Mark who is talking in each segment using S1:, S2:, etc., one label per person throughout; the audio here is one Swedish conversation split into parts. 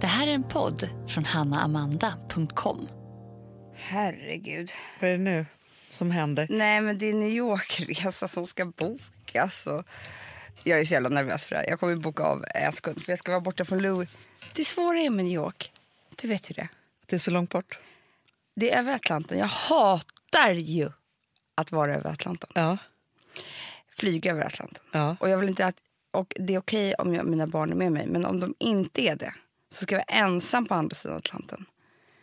S1: Det här är en podd från hannaamanda.com.
S2: Herregud.
S3: Vad är det nu som händer?
S2: Nej, men det är New York-resa som ska bokas. Och jag är så jävla nervös för det här. Jag kommer boka av en sekund för jag ska vara borta från Louis. Det svåra är med New York, du vet ju det.
S3: Det är så långt bort.
S2: Det är över Atlanten. Jag hatar ju att vara över Atlanten.
S3: Ja.
S2: Flyga över Atlanten.
S3: ja.
S2: Och jag vill inte att... Och det är okej om jag, mina barn är med mig, men om de inte är det så ska jag vara ensam på andra sidan Atlanten.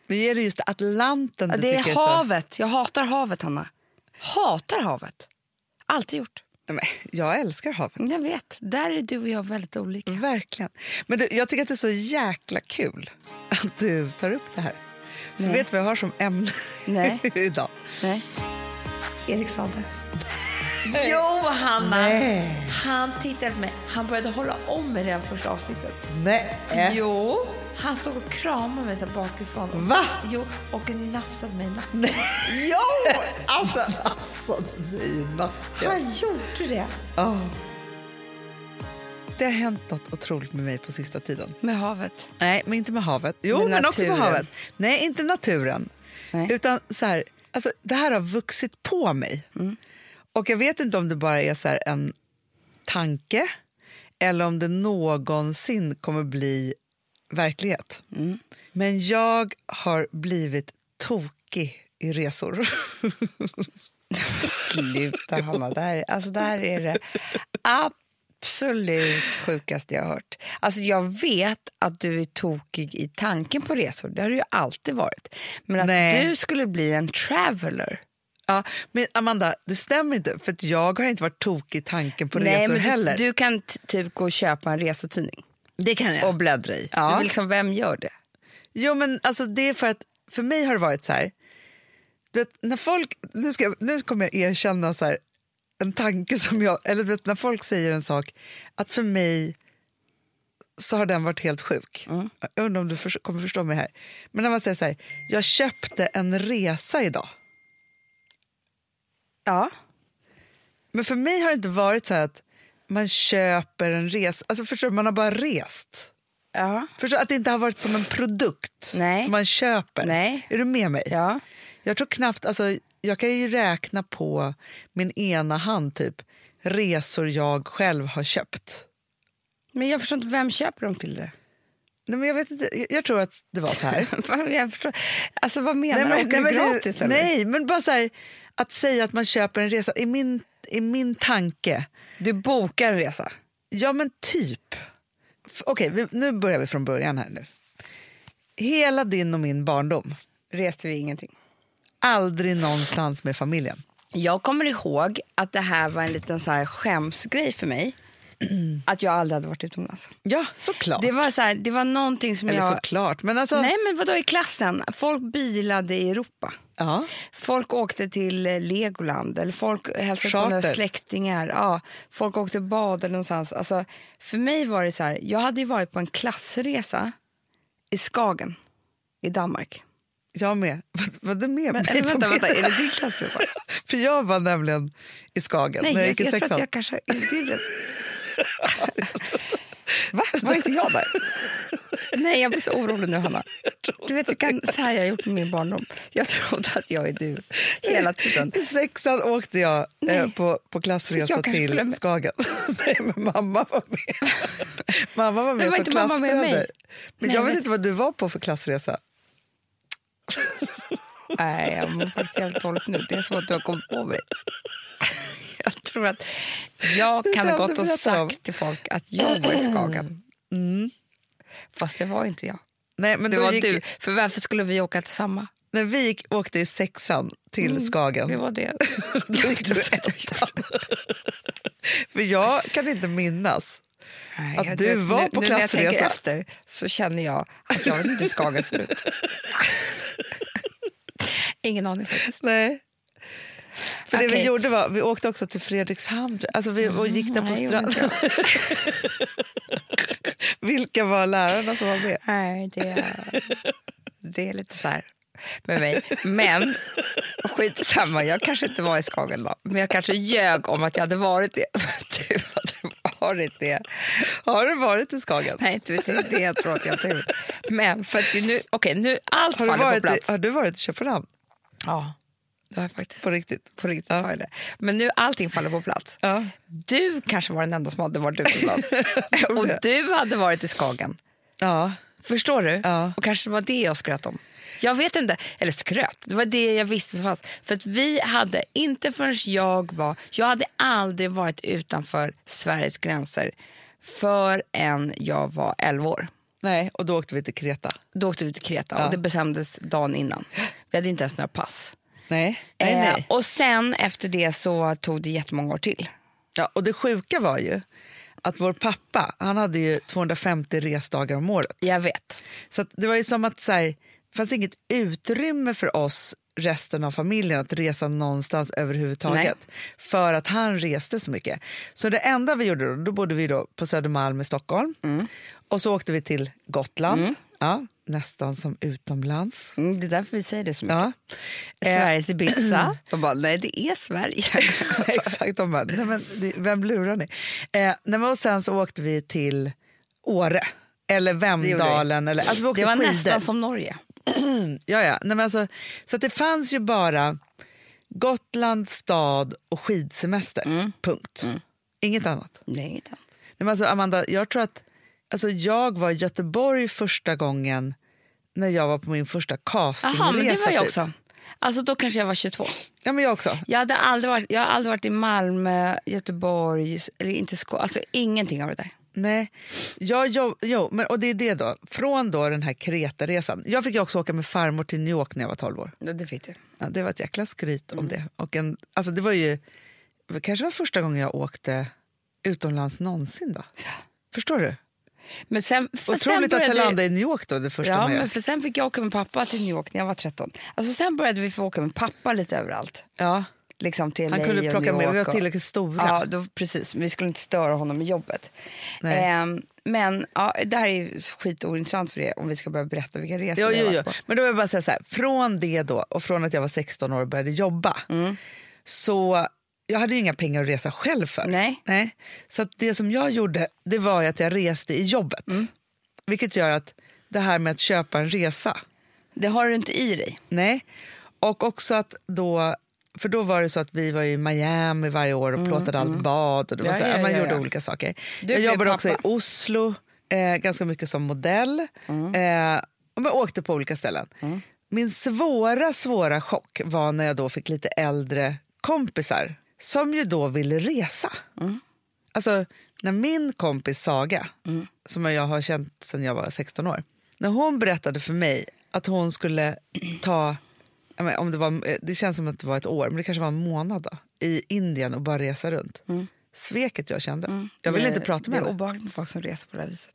S3: Men är det just Atlanten
S2: Ja,
S3: du
S2: det är
S3: tycker är så...
S2: havet. Jag hatar havet, Hanna. Hatar havet. Alltid gjort.
S3: Nej, men Jag älskar havet.
S2: Jag vet. Där är du och jag väldigt olika.
S3: Verkligen. Men du, jag tycker att det är så jäkla kul att du tar upp det här. För vet du vad jag har som ämne
S2: Nej.
S3: idag?
S2: Nej. Erik sa det.
S4: Jo, Hanna!
S3: Nej.
S4: Han tittade på mig. Han började hålla om mig redan första avsnittet.
S3: Nej.
S4: Jo, han stod och kramade mig så här bakifrån.
S3: Äh? Va?
S4: Jo, och nafsade mig i nacken.
S3: Jo! Alltså. Alltså, nej, nacken.
S4: Han gjorde det.
S3: Åh. Det har hänt något otroligt med mig på sista tiden.
S2: Med havet.
S3: Nej, men inte med havet. Jo,
S2: Med
S3: men också med
S2: naturen.
S3: havet. Nej, inte naturen.
S2: Nej.
S3: Utan så här, alltså, det här har vuxit på mig.
S2: Mm.
S3: Och jag vet inte om det bara är så här en tanke eller om det någonsin kommer bli verklighet.
S2: Mm.
S3: Men jag har blivit tokig i resor.
S2: Sluta, Hanna. Det här, alltså, det här är det absolut sjukaste jag har hört. Alltså, jag vet att du är tokig i tanken på resor. Det har du ju alltid varit. Men att
S3: Nej.
S2: du skulle bli en traveler.
S3: ja, men Amanda, det stämmer inte. För att jag har inte varit tokig i tanken på
S2: Nej,
S3: resor
S2: men
S3: heller.
S2: Du, du kan t- typ gå och köpa en resetidning
S3: det kan
S2: och bläddra i.
S3: Ja.
S2: Du vill liksom, vem gör det?
S3: Jo, men alltså det är för att för mig har det varit så här. Du vet, när folk, nu, ska, jag- nu kommer jag erkänna så här, en tanke som jag... Eller du vet, när folk säger en sak, att för mig så har den varit helt sjuk.
S2: Mm.
S3: Jag undrar om du förs- kommer förstå mig här. Men när man säger så här, jag köpte en resa idag.
S2: Ja.
S3: Men för mig har det inte varit så här att man köper en resa. Alltså förstår du, man har bara rest.
S2: Ja.
S3: Förstår du, att det inte har varit som en produkt
S2: Nej.
S3: som man köper.
S2: Nej.
S3: Är du med mig?
S2: ja.
S3: Jag tror knappt, alltså, jag kan ju räkna på min ena hand typ resor jag själv har köpt.
S2: Men jag förstår inte, vem köper dem till det?
S3: Nej, men jag, vet inte, jag, jag tror att det var så här.
S2: jag förstår. Alltså, vad menar du? Åker du
S3: men det-
S2: gratis? eller?
S3: nej, men bara så här, att säga att man köper en resa. I min, I min tanke,
S2: Du bokar en resa.
S3: ja men typ. F- Okej, vi- nu börjar vi från början här nu. Hela din och min barndom,
S2: Reste vi ingenting.
S3: aldrig någonstans med familjen.
S2: Jag kommer ihåg att det här var en liten så här skämsgrej för mig. Att jag aldrig hade varit utomlands.
S3: Ja, såklart.
S2: Det var, så här, det var någonting som
S3: Eller
S2: jag...
S3: såklart, men alltså...
S2: Nej men vadå i klassen? Folk bilade i Europa.
S3: Ja.
S2: Folk åkte till eh, Legoland eller folk hälsade på
S3: Charter.
S2: några släktingar. Ja, folk åkte och badade någonstans. Alltså, för mig var det så här, jag hade ju varit på en klassresa i Skagen i Danmark.
S3: Jag med. Vad- Vad du
S2: Men,
S3: med mig
S2: eller,
S3: på
S2: vänta,
S3: min-
S2: vänta, är det din klassresa?
S3: För jag var nämligen i Skagen
S2: Nej,
S3: när jag
S2: jag,
S3: gick i
S2: jag tror
S3: sexan.
S2: att jag kanske... Är det rätt? Va? Var inte jag där? Nej, jag blir så orolig nu, Hanna. Du vet, det kan, så här har jag gjort med min barndom. Jag trodde att jag är du hela tiden.
S3: I sexan åkte jag eh,
S2: Nej.
S3: på, på klassresa
S2: Jag kanske följer
S3: till
S2: med.
S3: Skagen. Nej, men mamma var med. mamma var med
S2: Men var
S3: som
S2: inte mamma med
S3: klassförälder.
S2: mig?
S3: Men
S2: Nej,
S3: jag vet
S2: men-
S3: inte vad du var på för klassresa.
S2: Nej, jag mår faktiskt jävligt dåligt nu. Det är svårt att du har kommit på mig. Jag tror att jag
S3: Det
S2: kan
S3: kan
S2: ha
S3: du
S2: gått och
S3: berätta om.
S2: sagt till folk att jag var i Skagen. Mm. Fast det var inte jag.
S3: Nej, men
S2: Det
S3: då
S2: var
S3: gick,
S2: du. För varför skulle vi åka till samma?
S3: När vi gick, åkte i sexan till Skagen,
S2: Mm. Det var det.
S3: då gick du ettan. för jag kan inte minnas.
S2: Nej,
S3: Att
S2: jag-
S3: du var
S2: nu,
S3: på
S2: nu när jag tänker
S3: klassresa.
S2: efter så känner jag att jag vet inte hur Skagen ser ut. Ingen aning faktiskt.
S3: Nej. För det vi
S2: Okej.
S3: gjorde var, vi åkte också till Fredrikshamn alltså vi, och gick där på
S2: nej, det gjorde
S3: stranden. Vilka var lärarna som var med?
S2: Nej, det är, det är lite så här med mig. Men skitsamma, jag kanske inte var i Skagen då. Men jag kanske ljög om att jag hade varit det. Men du hade varit. varit det.
S3: Har du varit i Skagen?
S2: Nej, du vet, det är det jag tror att jag inte har gjort. Men för att nu, okej, nu allt
S3: Har du,
S2: faller på
S3: varit
S2: plats.
S3: i, har du varit i Köpenhamn?
S2: Ja, det har jag faktiskt.
S3: På riktigt?
S2: På riktigt har jag det. Men nu allting faller på plats.
S3: Ja.
S2: Du kanske var den enda som hade varit utomlands. och
S3: det.
S2: du hade varit i Skagen.
S3: Ja.
S2: Förstår du?
S3: Ja.
S2: Och kanske det var det jag skröt om. Jag vet inte. Eller skröt, det var det jag visste som fanns. För att vi hade, inte förrän jag var... Jag hade aldrig varit utanför Sveriges gränser förrän jag var 11 år.
S3: Nej, och då åkte vi till Kreta.
S2: Då åkte vi till Kreta och det bestämdes dagen innan. Vi hade inte ens några pass.
S3: Nej, nej,
S2: Eh,
S3: nej.
S2: Och sen efter det så tog det jättemånga år till.
S3: Ja, och det sjuka var ju att vår pappa, han hade ju 250 resdagar om året.
S2: Jag vet.
S3: Så att det var ju som att så här, det fanns inget utrymme för oss resten av familjen att resa någonstans överhuvudtaget. För att han reste så mycket. Så det enda vi gjorde då, då bodde vi då på Södermalm i Stockholm.
S2: Mm.
S3: Och så åkte vi till Gotland. Ja, nästan som utomlands.
S2: Mm, det är därför vi säger det så mycket.
S3: Ja. Eh.
S2: Sveriges Ibiza. De bara, nej det är Sverige.
S3: Eh, Exakt, de bara, nej men, det- vem lurar ni? Eh, nej, men och sen så åkte vi till Åre. Eller Vemdalen. Eller, alltså vi åkte
S2: det var
S3: skidor.
S2: nästan som Norge.
S3: ja, ja. Nej, men alltså, så att det fanns ju bara Gotland, stad och skidsemester.
S2: Mm.
S3: Punkt. Inget annat.
S2: Nej, inte.
S3: Nej, men alltså, Amanda, jag tror att alltså, jag var i Göteborg första gången när jag var på min första castingresa.
S2: Jaha, men det var jag
S3: typ.
S2: också. Alltså då kanske jag var 22.
S3: Ja, men jag också.
S2: Jag, hade aldrig varit, jag har aldrig varit i Malmö, Göteborg, eller inte Skå, alltså ingenting av det där.
S3: Nej, jag, jag, jo, men, och det är det då. Från då den här Kreta-resan. Jag fick ju också åka med farmor till New York när jag var 12 år.
S2: Ja, det fick du.
S3: Ja, det var ett jäkla skryt
S2: Mm.
S3: om det. Och en, alltså det var ju det kanske var första gången jag åkte utomlands någonsin. Då. Förstår du?
S2: Men sen, för sen
S3: Otroligt att jag
S2: började-
S3: landade i New York då, det första
S2: Ja,
S3: med.
S2: men för sen fick jag åka med pappa till New York när jag var 13. Alltså sen började vi få åka med pappa lite överallt.
S3: ja.
S2: Liksom till
S3: Han
S2: LA
S3: kunde
S2: och
S3: plocka
S2: New
S3: med, vi
S2: York
S3: var
S2: och-
S3: tillräckligt stora.
S2: Ja, då, precis. Vi skulle inte störa honom i jobbet.
S3: Nej.
S2: Ehm, men ja, det här är ju skitointressant för er om vi ska börja berätta vilka resor
S3: Jo,
S2: vi har
S3: jo,
S2: varit
S3: jo.
S2: på.
S3: Men då vill jag bara säga så här, från det då och från att jag var 16 år och började jobba.
S2: Mm.
S3: Så jag hade ju inga pengar att resa själv för.
S2: Nej.
S3: Så att det som jag gjorde det var ju att jag reste i jobbet.
S2: Mm.
S3: Vilket gör att det här med att köpa en resa,
S2: Det har du inte i dig.
S3: nej. Och också att då, för då var det så att vi var i Miami varje år och plåtade allt bad och det var
S2: Ja,
S3: så här,
S2: Mm, ja,
S3: man
S2: ja,
S3: gjorde
S2: ja.
S3: olika saker.
S2: Du
S3: jag
S2: blev
S3: jobbade också i
S2: pappa.
S3: Oslo, eh, ganska mycket som modell.
S2: Mm.
S3: Eh, och man åkte på olika ställen. Min svåra, svåra chock var när jag då fick lite äldre kompisar som ju då ville resa. Alltså, när min kompis Saga,
S2: Mm.
S3: som jag har känt sedan jag var 16 år, när hon berättade för mig att hon skulle ta, jag menar, om det, var, eh, det känns som att det var ett år, men det kanske var en månad då, i Indien och bara resa runt. Sveket jag kände. Jag ville inte prata
S2: Mm. Det
S3: med
S2: är
S3: henne.
S2: obehagligt med folk som reser på det här viset.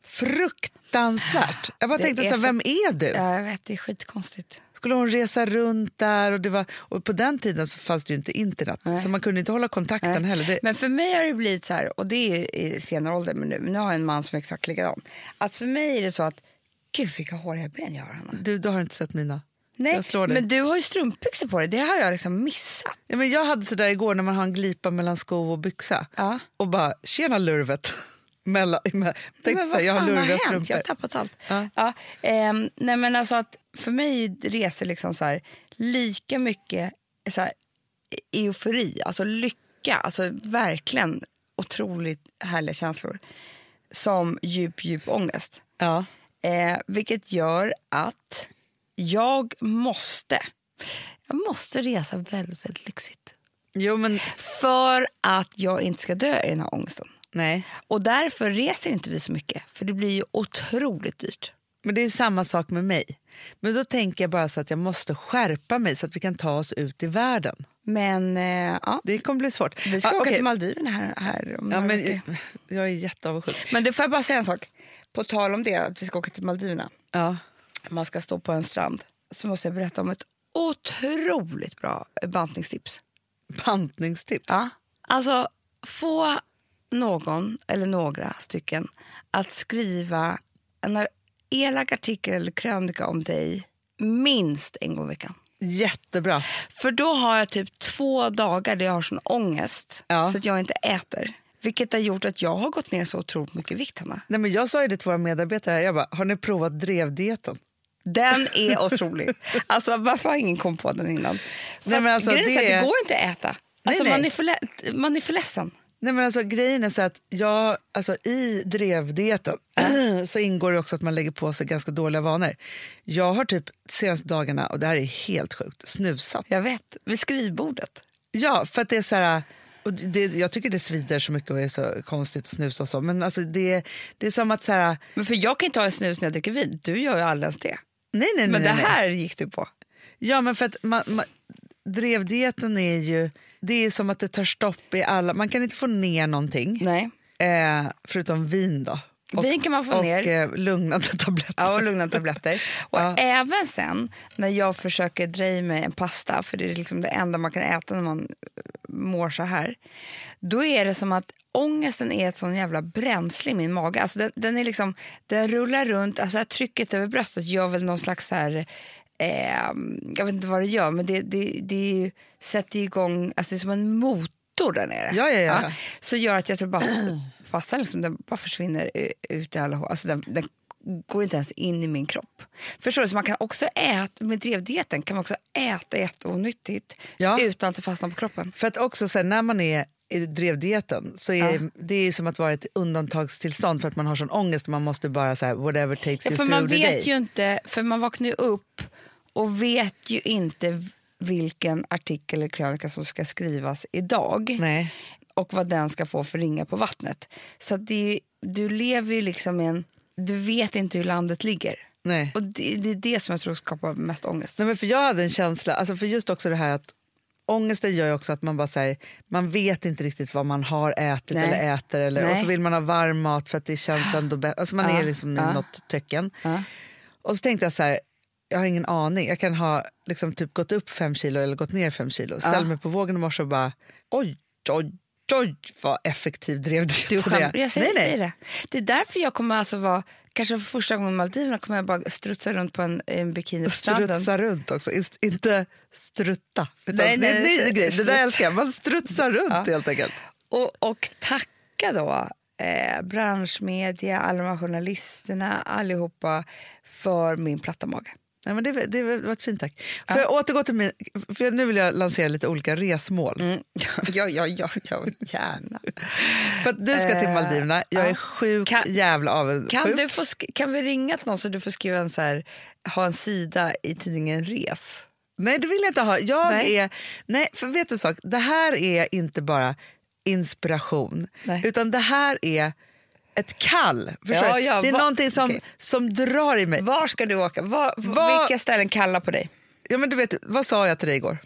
S3: Fruktansvärt! Jag bara
S2: Det
S3: tänkte,
S2: är
S3: så här,
S2: så-
S3: vem är du?
S2: Ja, jag vet, det är skitkonstigt.
S3: Skulle hon resa runt där? Och, det var, och på den tiden så fanns det ju inte internet, så man kunde inte hålla kontakten heller. Det,
S2: Men för mig har det blivit så här, och det är ju i senare ålder, men nu, nu har jag en man som är exakt likadan. Att för mig är det så att, gud vilka håriga ben jag har Hanna.
S3: du, du har inte sett mina?
S2: Nej,
S3: Mm. jag slår dig.
S2: men du har ju strumpbyxor på dig, det har jag liksom missat.
S3: Ja, men jag hade sådär igår när man har en glipa mellan sko och byxa.
S2: Ja.
S3: Och bara, tjena lurvet. mellan, me- tänkte
S2: Men
S3: såhär,
S2: vad
S3: jag har
S2: fan
S3: lurviga
S2: hänt? Jag har
S3: strumpor.
S2: tappat allt.
S3: Ja.
S2: Ja. ehm, nej men alltså att för mig är resor liksom så här, lika mycket så här, eufori, alltså lycka, alltså verkligen otroligt härliga känslor som djup, djup ångest.
S3: Ja.
S2: Eh, vilket gör att jag måste, jag måste resa väldigt, väldigt lyxigt.
S3: Jo men,
S2: För att jag inte ska dö i den här ångesten.
S3: nej.
S2: Och därför reser inte vi så mycket, för det blir ju otroligt dyrt.
S3: Men det är samma sak med mig. Men då tänker jag bara så att jag måste skärpa mig så att vi kan ta oss ut i världen.
S2: Men eh, ja,
S3: Det kommer bli svårt.
S2: vi ska
S3: Ja,
S2: åka
S3: okej.
S2: till Maldiverna här, här om
S3: ja,
S2: några veckor.
S3: men, Jag är jätteavundsjuk.
S2: Men du får jag bara säga en sak. På tal om det, att vi ska åka till Maldiverna.
S3: Ja.
S2: Man ska stå på en strand. Så måste jag berätta om ett otroligt bra bantningstips.
S3: Bantningstips.
S2: Ja. Alltså, få någon eller några stycken att skriva en elak artikel eller krönika om dig minst en gång i veckan.
S3: Jättebra.
S2: För då har jag typ två dagar där jag har sån ångest
S3: Ja.
S2: så att jag inte äter. Vilket har gjort att jag har gått ner så otroligt mycket i vikt, Hanna.
S3: Nej, men jag sa ju det till våra medarbetare, här, jag bara, har ni provat drevdieten?
S2: Den är otrolig. Alltså, varför har ingen kom på den innan? För
S3: Nej, men alltså,
S2: grejen är
S3: det
S2: så att
S3: är-
S2: det går inte att äta. Alltså,
S3: nej.
S2: Man, är för lä- man är för ledsen.
S3: Nej, men alltså, grejen är så att jag, alltså, i drevdieten så ingår det också att man lägger på sig ganska dåliga vanor. Jag har typ senaste dagarna, och det här är helt sjukt, snusat.
S2: Jag vet, vid skrivbordet.
S3: Ja, för att det är så här... Och det, jag tycker det svider så mycket och är så konstigt att snusa och så. Men alltså det, det är som att så här...
S2: Men för Jag kan inte ha en snus när jag dricker vin. Du gör ju alldeles det.
S3: Nej, nej, nej.
S2: Men det
S3: nej, nej.
S2: här gick du på.
S3: Ja, men för att man, man, drevdieten är ju... Det är som att det tar stopp i alla... Man kan inte få ner någonting.
S2: Nej.
S3: Eh, förutom vin då.
S2: Vin kan man få
S3: och,
S2: ner.
S3: Och eh, lugnande tabletter.
S2: Ja, och lugna tabletter. Och
S3: Ja.
S2: även sen när jag försöker dra i mig en pasta, för det är liksom det enda man kan äta när man eh, mår så här. Då är det som att ångesten är ett sån jävla bränsle i min mage. Alltså den, den, är liksom, den rullar runt, alltså det här trycket över bröstet gör väl någon slags så här... Eh, jag vet inte vad det gör, men det, det, det är ju, sätter igång, alltså det är som en motor där nere.
S3: Ja, ja, ja.
S2: Så gör att jag tror bara fastan liksom, den bara försvinner eh, ut i alla hål. Alltså den, den går inte ens in i min kropp. Förstår du? Så man kan också äta, med drevdieten kan man också äta jätteonyttigt
S3: Ja.
S2: utan att det fastnar på kroppen.
S3: För att också så här, när man är i drevdieten så är
S2: Ja.
S3: det är som att vara i ett undantagstillstånd för att man har sån ångest. Man måste bara så här, whatever takes
S2: Ja, för
S3: you through
S2: man
S3: the day.
S2: vet ju inte, för man vaknar ju upp och vet ju inte v- vilken artikel eller krönika som ska skrivas idag.
S3: Nej.
S2: och vad den ska få för ringar på vattnet. Så att det är, ju- du lever ju liksom i en... Du vet inte hur landet ligger.
S3: Nej.
S2: Och det, det är det som jag tror skapar mest ångest.
S3: Nej, men för jag hade en känsla, alltså för just också det här att ångesten gör ju också att man bara så här, man vet inte riktigt vad man har ätit
S2: Nej.
S3: eller äter eller, och
S2: Nej.
S3: så vill man ha varm mat för att det känns ändå bättre. Alltså man
S2: Ja,
S3: är liksom i
S2: ja.
S3: något tecken.
S2: Ja.
S3: Och så tänkte jag så här, jag har ingen aning, jag kan ha liksom typ gått upp fem kilo eller gått ner fem kilo. Ställ
S2: Ja.
S3: mig på vågen i morse och bara oj, oj, oj vad effektiv drev det
S2: Du skäm, jag säger, säger det. Det är därför jag kommer alltså vara... Kanske för första gången i Maldiverna kommer jag bara strutsa runt på en, en bikini på stranden.
S3: Strutsa runt också, Inst- inte strutta. Utan
S2: Nej,
S3: det är en
S2: nej,
S3: ny
S2: s-
S3: grej, det där
S2: strut-
S3: älskar jag. Man strutsar runt helt enkelt.
S2: Och, och tacka då eh, branschmedia, alla de här journalisterna, allihopa för min platta mage.
S3: Nej, men det, var- det var ett fint tack. Får jag återgå till min, för nu vill jag lansera lite olika resmål.
S2: Mm. Ja, ja, ja, ja, gärna.
S3: För att du ska till
S2: Eh,
S3: Maldiverna, jag är
S2: ja.
S3: sjukt
S2: Kan-
S3: jävla avundsjuk.
S2: Kan, du få sk- kan vi ringa till någon så du får skriva en så här, ha en sida i tidningen Res?
S3: Nej, det vill jag inte ha. Jag
S2: Nej.
S3: är... Nej, för vet du en sak? Det här är inte bara inspiration,
S2: Nej.
S3: utan det här är ett kall. Förstår
S2: Ja,
S3: du?
S2: ja,
S3: det är
S2: va-
S3: någonting som,
S2: okej.
S3: som drar i mig.
S2: Var ska du åka? Var,
S3: Vad-
S2: Vilka ställen kallar på dig?
S3: Ja, men du vet, vad sa jag till dig igår?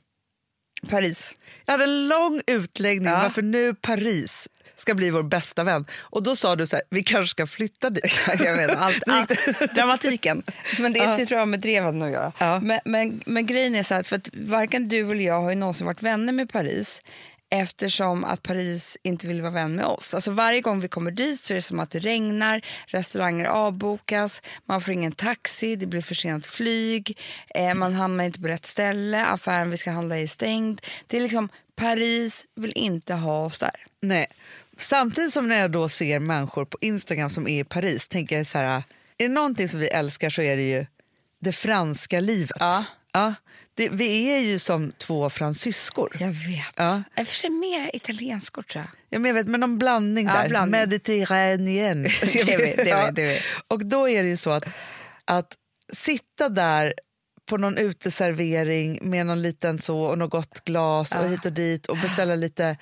S2: Paris.
S3: Jag hade en lång utläggning
S2: Ja.
S3: varför nu Paris ska bli vår bästa vän. Och då sa du så här, vi kanske ska flytta dit.
S2: Jag vet, allt, allt, dramatiken. Men det, det tror jag har med dreven att göra.
S3: Ja.
S2: Men, men, men grejen är så här, för att varken du eller jag har ju någonsin varit vänner med Paris eftersom att Paris inte vill vara vän med oss. Alltså varje gång vi kommer dit så är det som att det regnar, restauranger avbokas, man får ingen taxi, det blir försenat flyg, eh, man hamnar inte på rätt ställe, affären vi ska handla i är stängd. Det är liksom, Paris vill inte ha oss där.
S3: Nej. Samtidigt som när jag då ser människor på Instagram som är i Paris tänker jag så här, är det någonting som vi älskar så är det ju det franska livet.
S2: Ja.
S3: Ja, det, vi är ju som två fransyskor.
S2: Jag vet.
S3: Ja.
S2: I och för sig mer italienskor tror jag.
S3: Ja, men jag vet, men någon blandning
S2: Ja,
S3: där.
S2: blandning.
S3: Mediterranean.
S2: Det vet, det vet, det vet.
S3: Och då är det ju så att, att sitta där på någon uteservering med någon liten så och något gott glas
S2: Ah.
S3: och hit och dit och beställa lite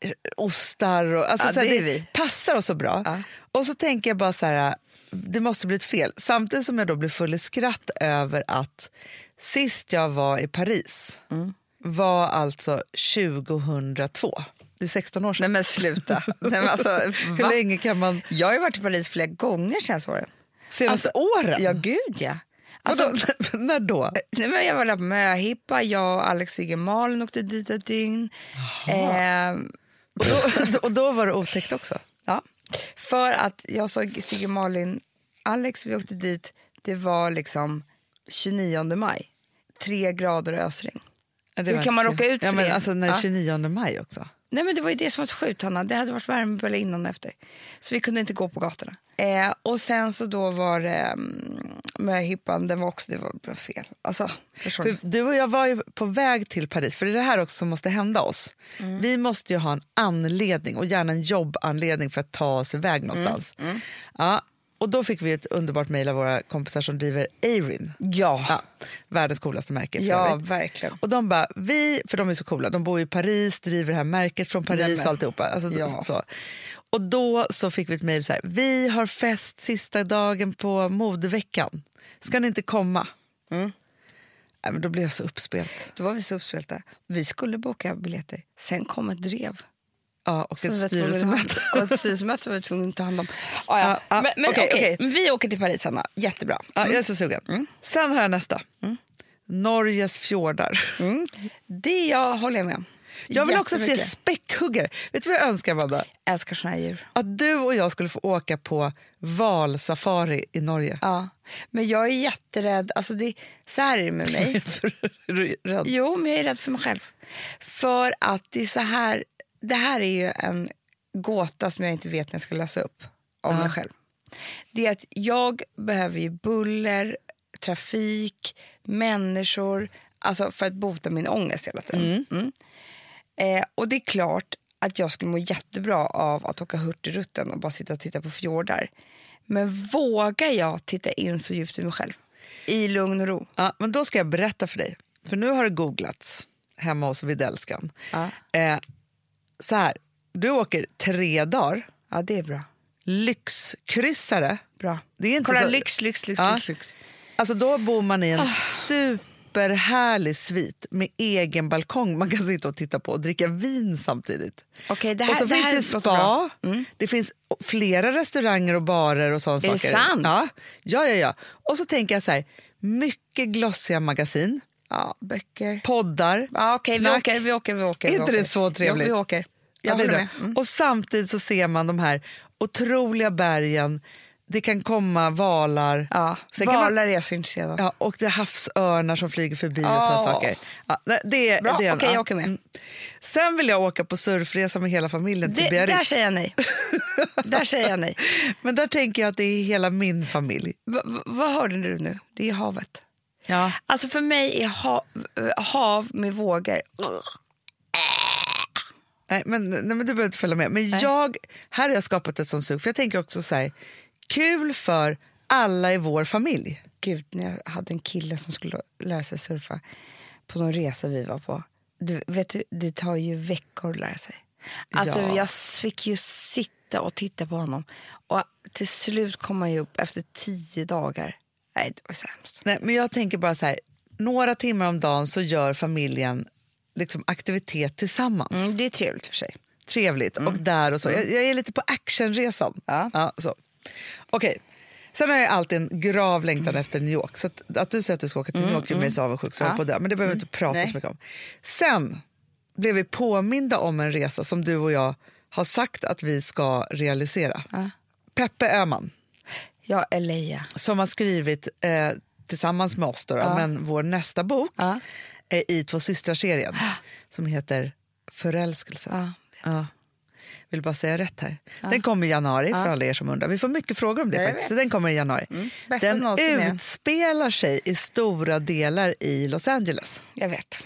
S3: eh, ostar. Och, alltså,
S2: Ja,
S3: så här,
S2: det är vi. Ah.
S3: passar oss så bra.
S2: Ja.
S3: Och så tänker jag bara så här, det måste bli ett fel. Samtidigt som jag då blir full i skratt över att sist jag var i Paris
S2: Mm.
S3: var alltså 2002. Det är 16 år sedan.
S2: Nej men sluta. Nej, men alltså,
S3: Hur
S2: va?
S3: länge kan man...
S2: Jag har ju varit i Paris flera gånger senaste åren. Alltså,
S3: Senaste åren?
S2: Ja gud ja. Alltså, eh,
S3: Vadå? när då?
S2: nej, men jag var där på möhippa, jag och Alex Sigge Malin åkte dit ett dygn. Ehm,
S3: Och då, och då var det otäckt också?
S2: ja. För att jag såg Sigge Malin, Alex, vi åkte dit, det var liksom 29 maj. Tre grader och ösregn.
S3: Ja, det
S2: Hur
S3: var
S2: kan
S3: inte
S2: man
S3: kul.
S2: råka ut
S3: ja,
S2: för
S3: men
S2: det?
S3: Alltså, när
S2: Ja.
S3: 29 maj också.
S2: Nej men det var ju det som var så sjukt Hanna. Det hade varit värme både innan och efter. Så vi kunde inte gå på gatorna. Eh, och sen så då var det mm, med hippan, den var också, det var bara fel. Alltså, förstår du?
S3: För du och jag var ju på väg till Paris, för det är det här också som måste hända oss.
S2: Mm.
S3: Vi måste ju ha en anledning, och gärna en jobbanledning för att ta oss iväg
S2: Mm,
S3: någonstans. Ja, och då fick vi ett underbart mejl av våra kompisar som driver Airin.
S2: Ja, ja,
S3: Ja, världens coolaste märke för
S2: ja
S3: övrigt.
S2: verkligen.
S3: Och de bara, vi, för de är så coola, de bor i Paris, driver det här märket från
S2: Nej,
S3: Paris
S2: men.
S3: och alltihopa. Alltså,
S2: Ja.
S3: så. Och då så fick vi ett mejl så här, vi har fest sista dagen på modeveckan, ska ni inte komma?
S2: Mm.
S3: Nej, men då blev jag så uppspelt.
S2: Då var vi så uppspelta. Vi skulle boka biljetter, sen kom ett drev.
S3: Ja, och
S2: Som vi
S3: ett
S2: var tvungna att-
S3: styrelsemöte.
S2: Och ett styrelsemöte var vi tvungna att ta hand om. Ah,
S3: Ja,
S2: ja.
S3: ja,
S2: men, men,
S3: okej,
S2: okej,
S3: okej.
S2: men vi åker till Paris, Hanna. Jättebra.
S3: Ja, jag är så sugen.
S2: Mm.
S3: Sen har jag nästa. Norges fjordar.
S2: Mm. Det jag håller jag med om.
S3: Jag vill också se
S2: Jättemycket.
S3: späckhuggare. Vet du vad jag önskar, Amanda?
S2: Älskar såna här djur.
S3: Att du och jag skulle få åka på valsafari i Norge.
S2: Ja. Men jag är jätterädd. Alltså det, så här är det med mig.
S3: Är du rädd?
S2: Jo, men jag är rädd för mig själv. För att det är så här... Det här är ju en gåta som jag inte vet när jag ska lösa upp om mig själv. Det är att jag behöver ju buller, trafik, människor alltså för att bota min ångest hela tiden. Mm. Eh, och det är klart att jag skulle må jättebra av att åka Hurtigruten och bara sitta och titta på fjordar. Men vågar jag titta in så djupt i mig själv? I lugn och ro?
S3: Ja, men då ska jag berätta för dig. För nu har det googlats hemma hos Videlskan.
S2: Ja.
S3: Eh, så här, du åker tre dagar,
S2: Ja, det är bra.
S3: lyxkryssare.
S2: Bra.
S3: Det är inte
S2: Kolla
S3: så...
S2: lyx, lyx, lyx,
S3: Alltså- Ja.
S2: lyx, lyx. Ah.
S3: Alltså då bor man i en superhärlig svit med egen balkong man kan sitta och titta på och dricka vin samtidigt.
S2: Okej, det
S3: och
S2: här,
S3: så
S2: det
S3: finns
S2: här
S3: det
S2: låter bra. Mm.
S3: spa, det finns flera restauranger och barer och sådana
S2: Är det
S3: saker.
S2: sant?
S3: Ja, ja, ja, ja. Och så tänker jag så här, mycket glossiga magasin,
S2: Ja, böcker.
S3: poddar,
S2: Ja, okej, vi
S3: snack.
S2: åker, vi åker, vi åker.
S3: Är
S2: vi
S3: inte
S2: åker.
S3: det så trevligt?
S2: Jo, vi åker. Jag
S3: Ja, det är
S2: håller
S3: bra.
S2: med. Mm.
S3: Och samtidigt så ser man de här otroliga bergen, det kan komma valar.
S2: Ja,
S3: Sen kan man-
S2: valar är jag så intresserad av.
S3: Ja, och det är havsörnar som flyger förbi och
S2: Ja.
S3: såna saker. Ja, nej, det,
S2: Bra,
S3: det, är en-
S2: okej, jag
S3: ja.
S2: åker med.
S3: Mm. Sen vill jag åka på surfresa med hela familjen till
S2: Det,
S3: Biarritz.
S2: där säger jag nej. där säger jag nej.
S3: Men där tänker jag att det är hela min familj.
S2: Va, va, vad hörde du nu? Det är havet.
S3: Ja.
S2: Alltså för mig är ha, eh, hav med vågor...
S3: Nej, men, nej, men du behöver inte följa med. Men jag, här har jag skapat ett sånt sug, för jag tänker också så här, kul för alla i vår familj.
S2: Gud, när jag hade en kille som skulle lära sig surfa på någon resa vi var på. Du, vet du, det tar ju veckor att lära sig. Alltså,
S3: Ja.
S2: Jag fick ju sitta och titta på honom. Och till slut kom han ju upp efter tio dagar. Nej, det var sämst.
S3: Nej, men jag tänker bara så här, några timmar om dagen så gör familjen liksom aktivitet tillsammans.
S2: Mm, det är trevligt för sig.
S3: trevligt. Och där och så. Jag, jag är lite på actionresan.
S2: Mm. Ja.
S3: så. Okej. Sen har jag alltid en grav längtan efter New York. Så att, att du säger att du ska åka till New York gör mig så avundsjuk så jag
S2: Mm, Ja. Mm.
S3: håller på att dö. Men det behöver vi inte prata
S2: Nej.
S3: så mycket om. Sen blev vi påminda om en resa som du och jag har sagt att vi ska realisera.
S2: Ja.
S3: Peppe Öhman,
S2: Ja, Eleja.
S3: som har skrivit eh, tillsammans med oss då, då, men vår nästa bok
S2: Ja.
S3: eh, i Två systrar-serien som heter Förälskelse.
S2: Ja.
S3: Ja. Vill bara säga rätt här. Den kommer i januari för alla er som undrar. Vi får mycket frågor om det
S2: Ja, jag Mm.
S3: faktiskt. Så den kommer i januari.
S2: Bästa
S3: Den
S2: någonsin är-
S3: utspelar sig i stora delar i Los Angeles.
S2: Jag vet.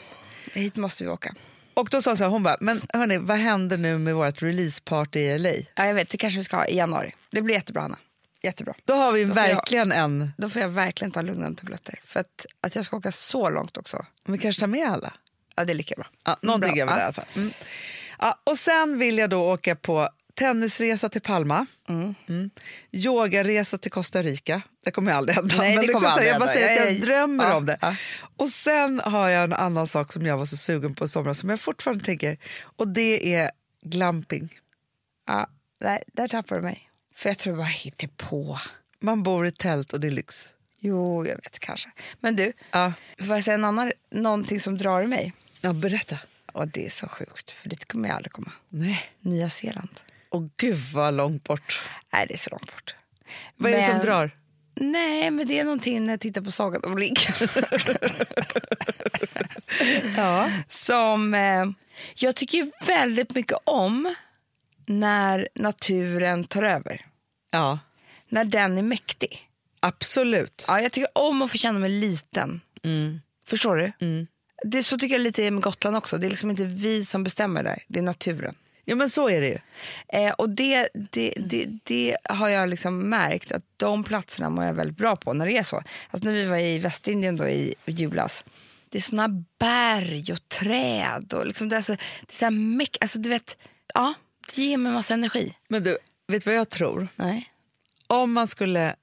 S2: Hit måste vi åka.
S3: Och då sa hon så här, hon bara, men hörni, vad händer nu med vårt releaseparty i LA?
S2: Ja, jag vet, det kanske vi ska ha i januari. Det blir jättebra, Anna. Jättebra.
S3: Då har vi
S2: får
S3: verkligen en,
S2: Då får jag verkligen ta lugnande tabletter. För att, att jag ska åka så långt också,
S3: vi kanske tar med alla.
S2: ja, det är lika bra.
S3: Ja, någonting
S2: Bra.
S3: är väl det i
S2: Ja.
S3: alla fall. Mm. Ja, och sen vill jag då åka på tennisresa till Palma, mm. yogaresa till Costa Rica. Det kommer ju aldrig hända. liksom
S2: Nej, det kommer
S3: så här,
S2: aldrig
S3: jag bara
S2: hända.
S3: säger
S2: Jag
S3: att jag
S2: är-
S3: drömmer
S2: Ja,
S3: om det.
S2: ja.
S3: Och sen har jag en annan sak som jag var så sugen på i somras som jag fortfarande tänker, och det är glamping.
S2: Ja, där, där tappar du mig. För jag tror bara hittar på.
S3: Man bor i tält och det är lyx.
S2: Jo, jag vet kanske. Men du,
S3: Ja,
S2: får jag säga en annan, någonting som drar i mig?
S3: ja berätta.
S2: Och det är så sjukt, för dit kommer jag aldrig komma.
S3: Nej.
S2: Nya Zeeland.
S3: Och gud vad långt bort.
S2: Nej, det är så långt bort.
S3: Vad är det som
S2: Men-
S3: drar?
S2: Nej, men det är någonting när jag tittar på Sagan om ringen.
S3: Ja.
S2: som... Eh, Jag tycker ju väldigt mycket om när naturen tar över.
S3: Ja,
S2: När den är mäktig.
S3: absolut.
S2: Ja, jag tycker om att få känna mig liten.
S3: Mm.
S2: Förstår du? Det, så tycker jag lite är med Gotland också. Det är liksom inte vi som bestämmer där, det är naturen.
S3: Ja, men så är det ju.
S2: Eh, och det, det, det, det har jag liksom märkt att de platserna mår jag väldigt bra på när det är så. Alltså när vi var i Västindien då i julas. Det är såna berg och träd och liksom det är så, det är så här mäck, alltså du vet, ja, det ger mig massa energi.
S3: Men du, vet du vad jag tror?
S2: Nej.
S3: Om man skulle...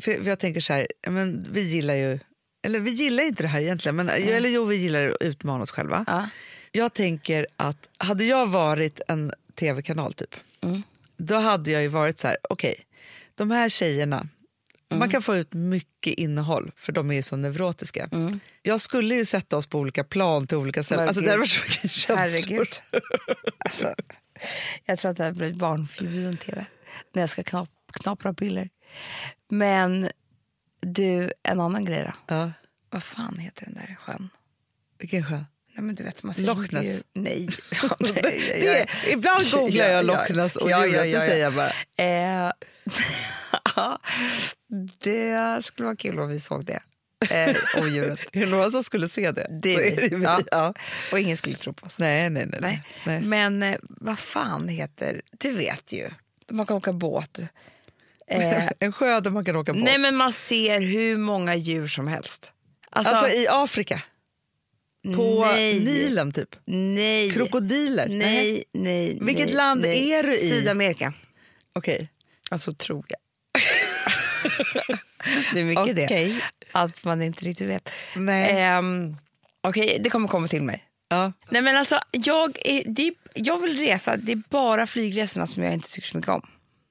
S3: För för jag tänker så här, ja, men vi gillar ju... Eller vi gillar ju inte det här egentligen, men eller jo, vi gillar att utmana oss själva.
S2: Ja.
S3: Jag tänker att hade jag varit en tv-kanal typ,
S2: Mm.
S3: då hade jag ju varit så här, okej, de här tjejerna,
S2: Mm.
S3: man kan få ut mycket innehåll för de är ju så neurotiska.
S2: Mm.
S3: Jag skulle ju sätta oss på olika plan till olika ställen.
S2: Men
S3: Alltså, det
S2: gud.
S3: hade varit så mycket känslor.
S2: Herregud. Alltså, jag tror att det här blir barnförbjuden tv när jag ska knap, knapra piller. Men du, en annan grej då.
S3: Ja,
S2: Vad fan heter den där sjön?
S3: vilken skön.
S2: Nej, men du vet, man
S3: Loch Ness.
S2: ser ju... Nej.
S3: Det, ibland googlar jag Loch Ness och djuret, det säger jag bara.
S2: Eh, ja, det skulle vara kul om vi såg det. Eh, och djuret.
S3: Är det några som skulle se det?
S2: Det
S3: så
S2: är vi.
S3: det vi.
S2: Ja.
S3: Ja.
S2: Och ingen skulle tro på oss.
S3: Nej, nej, nej. nej.
S2: Nej.
S3: nej.
S2: Men eh, vad fan heter... Du vet ju. Man kan åka båt. Eh,
S3: en sjö där man kan åka på.
S2: nej, men man ser hur många djur som helst. Alltså,
S3: alltså i Afrika. På
S2: nej,
S3: Nilen typ.
S2: Nej.
S3: Krokodiler?
S2: Nej, nej,
S3: Vilket
S2: nej,
S3: land
S2: nej.
S3: är du i?
S2: Sydamerika.
S3: Okej.
S2: Alltså tror jag. det är mycket det.
S3: Okej.
S2: Att man inte riktigt vet.
S3: Nej.
S2: Ehm, Okej, det kommer komma till mig.
S3: Ja.
S2: Nej men alltså, jag, är, det, är- jag vill resa, det är bara flygresorna som jag inte tycker så mycket om.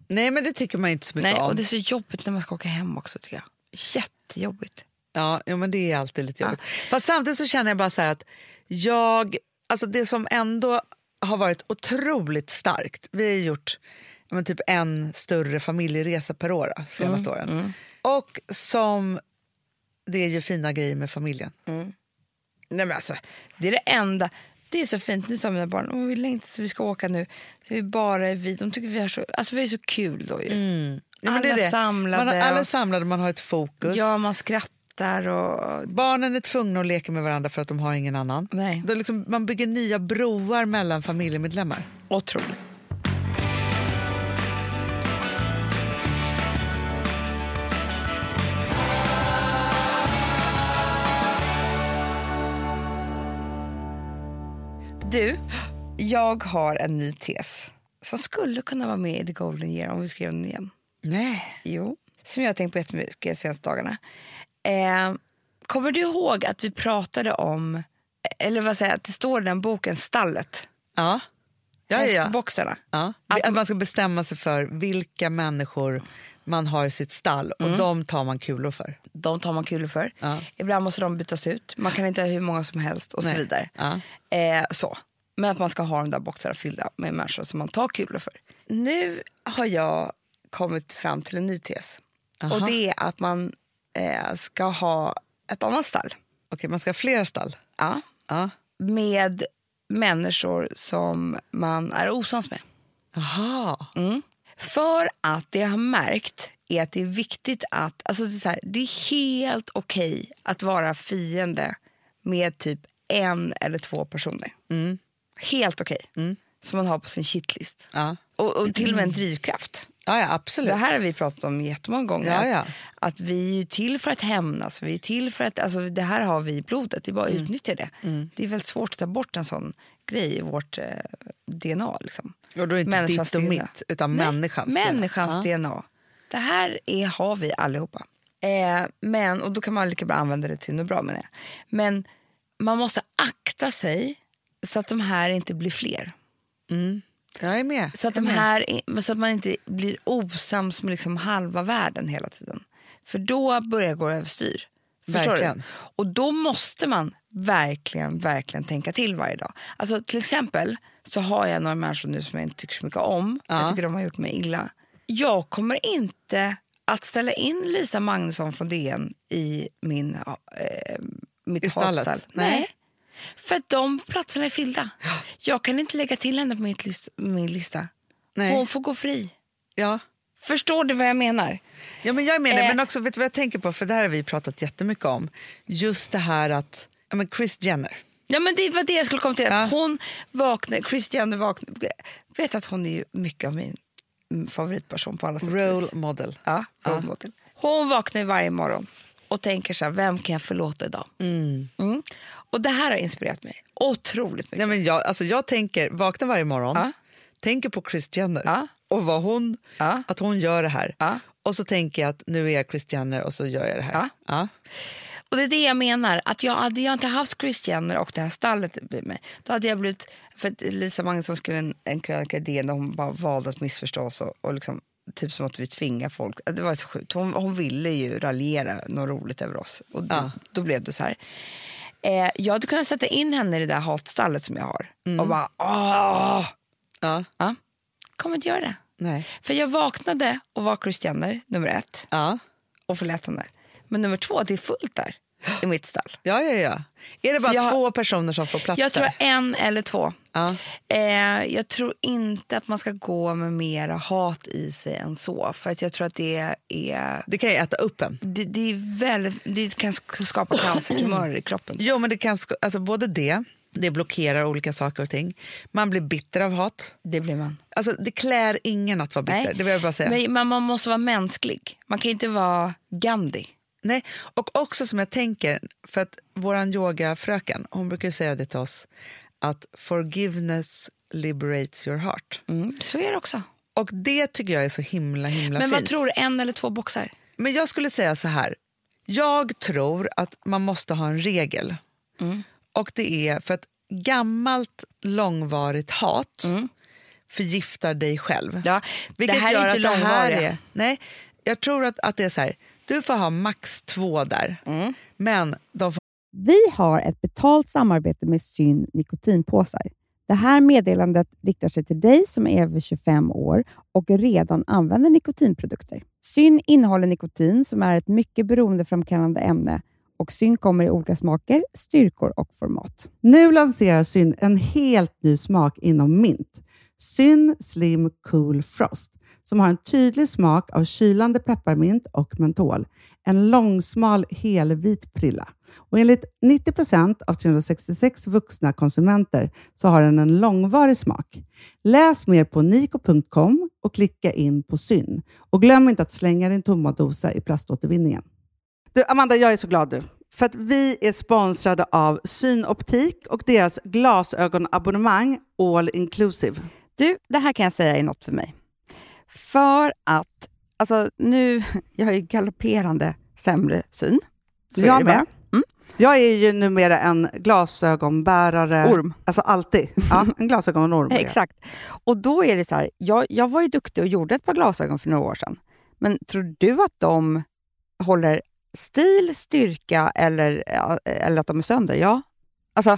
S3: Nej, men det tycker man ju inte så mycket
S2: Nej,
S3: om.
S2: och det är så jobbigt när man ska åka hem också tycker jag. Jättejobbigt.
S3: Ja, jo, men det är alltid lite jobbigt. Fast samtidigt så känner jag bara så här att jag, alltså det som ändå har varit otroligt starkt, vi har gjort ja, men typ en större familjeresa per år de senaste åren. Och som, det är ju fina grejer med familjen.
S2: Nej men alltså, det är det enda. Det är så fint. Nu sa mina barn, "Åh, vi längtar så vi ska åka nu. Vi bara är vi. De tycker vi har så, alltså vi är så kul då ju.
S3: Mm. Ja, men det är
S2: Alla
S3: det.
S2: samlade
S3: Man, har- alla
S2: och-
S3: samlade, man har ett fokus.
S2: Ja, man skrattar och...
S3: Barnen är tvungna att leka med varandra för att de har ingen annan.
S2: Nej.
S3: Då liksom, man bygger nya broar mellan familjemedlemmar.
S2: Otroligt. Du, jag har en ny tes som skulle kunna vara med i The Golden Year om vi skrev den igen.
S3: Nej.
S2: Jo. Som jag har tänkt på jättemycket de senaste dagarna. Eh, kommer du ihåg att vi pratade om, eller vad säger jag, att det står i den boken Stallet?
S3: Ja. Ja, ja, ja.
S2: Hästboxarna.
S3: Ja.
S2: Att-
S3: Att man ska bestämma sig för vilka människor man har i sitt stall och de tar man kulor för.
S2: De tar man kulor för.
S3: Ja.
S2: Ibland måste de bytas ut. Man kan inte ha hur många som helst och
S3: Nej.
S2: så vidare.
S3: Ja.
S2: Eh, så. Men att man ska ha de där boxarna fyllda med människor som man tar kulor för. Nu har jag kommit fram till en ny tes. Och det är att man eh, ska ha ett annat stall.
S3: Okej, man ska ha flera stall.
S2: Ja.
S3: Ja.
S2: med människor som man är osams med.
S3: Aha.
S2: För att det jag har märkt är att det är viktigt att... Alltså det, är så här, det är helt okej att vara fiende med typ en eller två personer.
S3: Mm.
S2: Helt okej. Som man har på sin shitlist.
S3: Ja.
S2: Och, och till och med en drivkraft.
S3: Ja, ja, absolut.
S2: Det här har vi pratat om jättemånga gånger.
S3: Ja,
S2: att-
S3: ja.
S2: Att vi är ju till för att hämnas. Vi är till för att, alltså, det här har vi i blodet, det är
S3: Mm.
S2: bara att utnyttja det. Det är väldigt svårt att ta bort en sån grej i vårt eh, DNA. Liksom.
S3: Och då är det inte
S2: Människans
S3: ditt och
S2: DNA.
S3: mitt, utan
S2: Nej,
S3: människans DNA.
S2: människans DNA. Det här är, har vi allihopa. Eh, men, och då kan man lika bra använda det till något bra menar jag. Men man måste akta sig så att de här inte blir fler.
S3: Jag är med.
S2: Så att, de här, så att man inte blir osams med liksom halva världen hela tiden. För då börjar det gå överstyr. Förstår
S3: Verkligen.
S2: Du? Och då måste man verkligen, verkligen tänka till varje dag. Alltså till exempel så har jag några människor nu som jag inte tycker så mycket om. Jag tycker de har gjort mig illa. Jag kommer inte att ställa in Lisa Magnusson från DN i min, eh, mitt
S3: I stallet?
S2: hatstall.
S3: Nej.
S2: Nej. För att de platserna är fyllda. Jag kan inte lägga till henne på mitt list, min lista.
S3: Nej.
S2: Hon får gå fri.
S3: Ja.
S2: Förstår du vad jag menar?
S3: Ja, men jag menar,
S2: Eh.
S3: men också, vet du vad jag tänker på? För det här har vi pratat jättemycket om. Just det här att, ja men Chris Jenner.
S2: Ja, men det var det jag skulle komma till. Att
S3: Ja.
S2: hon vaknar, Christiane vaknar. Vet att hon är ju mycket av min mm, favoritperson på alla sätt och
S3: Role
S2: vis.
S3: model.
S2: Ja, role model. Hon vaknar ju varje morgon och tänker så här, vem kan jag förlåta idag? Mm. Och det här har inspirerat mig otroligt mycket.
S3: Nej, men jag, alltså, jag tänker, vaknar varje morgon,
S2: Ja.
S3: tänker på Chris Jenner
S2: Ja.
S3: och vad hon,
S2: Ja.
S3: att hon gör det här.
S2: Ja.
S3: Och så tänker jag att nu är jag Chris Jenner och så gör jag det här.
S2: Ja.
S3: Ja.
S2: Och det är det jag menar, att jag, hade jag inte haft Chris Jenner och det här stallet vid mig, då hade jag blivit, för att Lisa Magnusson skrev en, en krönika i DN där hon bara valde att missförstå oss och, och liksom, typ som att vi tvingar folk. Det var så sjukt. Hon, hon ville ju raljera något roligt över oss och då, då blev det så här. Eh, jag hade kunnat sätta in henne i det där hatstallet som jag har och bara åh!
S3: Ja.
S2: Ja, kommer inte göra det.
S3: Nej.
S2: För jag vaknade och var Chris Jenner, nummer ett,
S3: Ja.
S2: och förlät henne. Men nummer två, det är fullt där i mitt stall.
S3: Ja, ja, ja. Är det bara
S2: För jag-
S3: två personer som får plats
S2: Jag tror
S3: där?
S2: en eller två.
S3: Ja.
S2: Eh, jag tror inte att man ska gå med mera hat i sig än så. För att jag tror att det är...
S3: Det kan ju äta upp en.
S2: Det, det, är väl, det kan sk- skapa cancertumörer i kroppen.
S3: Jo, men det kan, sk- alltså, både det, det blockerar olika saker och ting. Man blir bitter av hat.
S2: Det blir man.
S3: Alltså, det klär ingen att vara bitter, det vill jag bara säga.
S2: Men, men man måste vara mänsklig. Man kan inte vara Gandhi.
S3: Nej, och också som jag tänker, för att våran yogafröken, hon brukar ju säga det till oss, att forgiveness liberates your heart.
S2: Mm, så är det också.
S3: Och det tycker jag är så himla, himla
S2: Men
S3: fint.
S2: vad tror du, en eller två boxar?
S3: Men jag skulle säga så här, jag tror att man måste ha en regel.
S2: Mm.
S3: Och det är för att gammalt långvarigt hat förgiftar dig själv.
S2: Mm. Ja,
S3: Vilket
S2: det här
S3: gör
S2: är
S3: att
S2: inte
S3: det här
S2: långvariga.
S3: är, Nej, jag tror att, att det är så här, du får ha max två där,
S2: Mm.
S3: men de
S5: Vi har ett betalt samarbete med Syn nikotinpåsar. Det här meddelandet riktar sig till dig som är över 25 år och redan använder nikotinprodukter. Syn innehåller nikotin som är ett mycket beroendeframkallande ämne och Syn kommer i olika smaker, styrkor och format.
S6: Nu lanserar Syn en helt ny smak inom mint. Syn Slim Cool Frost, som har en tydlig smak av kylande pepparmint och mentol. En långsmal helvit prilla. Och enligt 90 procent av 366 vuxna konsumenter så har den en långvarig smak. Läs mer på niko.com och klicka in på Syn. Och glöm inte att slänga din tomma dosa i plaståtervinningen. Du, Amanda, jag är så glad du. För att vi är sponsrade av Synoptik och deras glasögonabonnemang All Inclusive.
S5: Du, det här kan jag säga är något för mig. För att, alltså nu, jag har ju galopperande sämre syn. Så är
S6: jag
S5: det bara. Mm.
S6: Jag är ju numera en glasögonbärare.
S5: Orm.
S6: Alltså alltid. Ja, en glasögonorm. är jag.
S5: Exakt. Och då är det så här, jag, jag var ju duktig och gjorde ett par glasögon för några år sedan. Men tror du att de håller stil, styrka eller, eller att de är sönder? Ja. Alltså,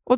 S6: Och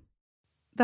S6: Det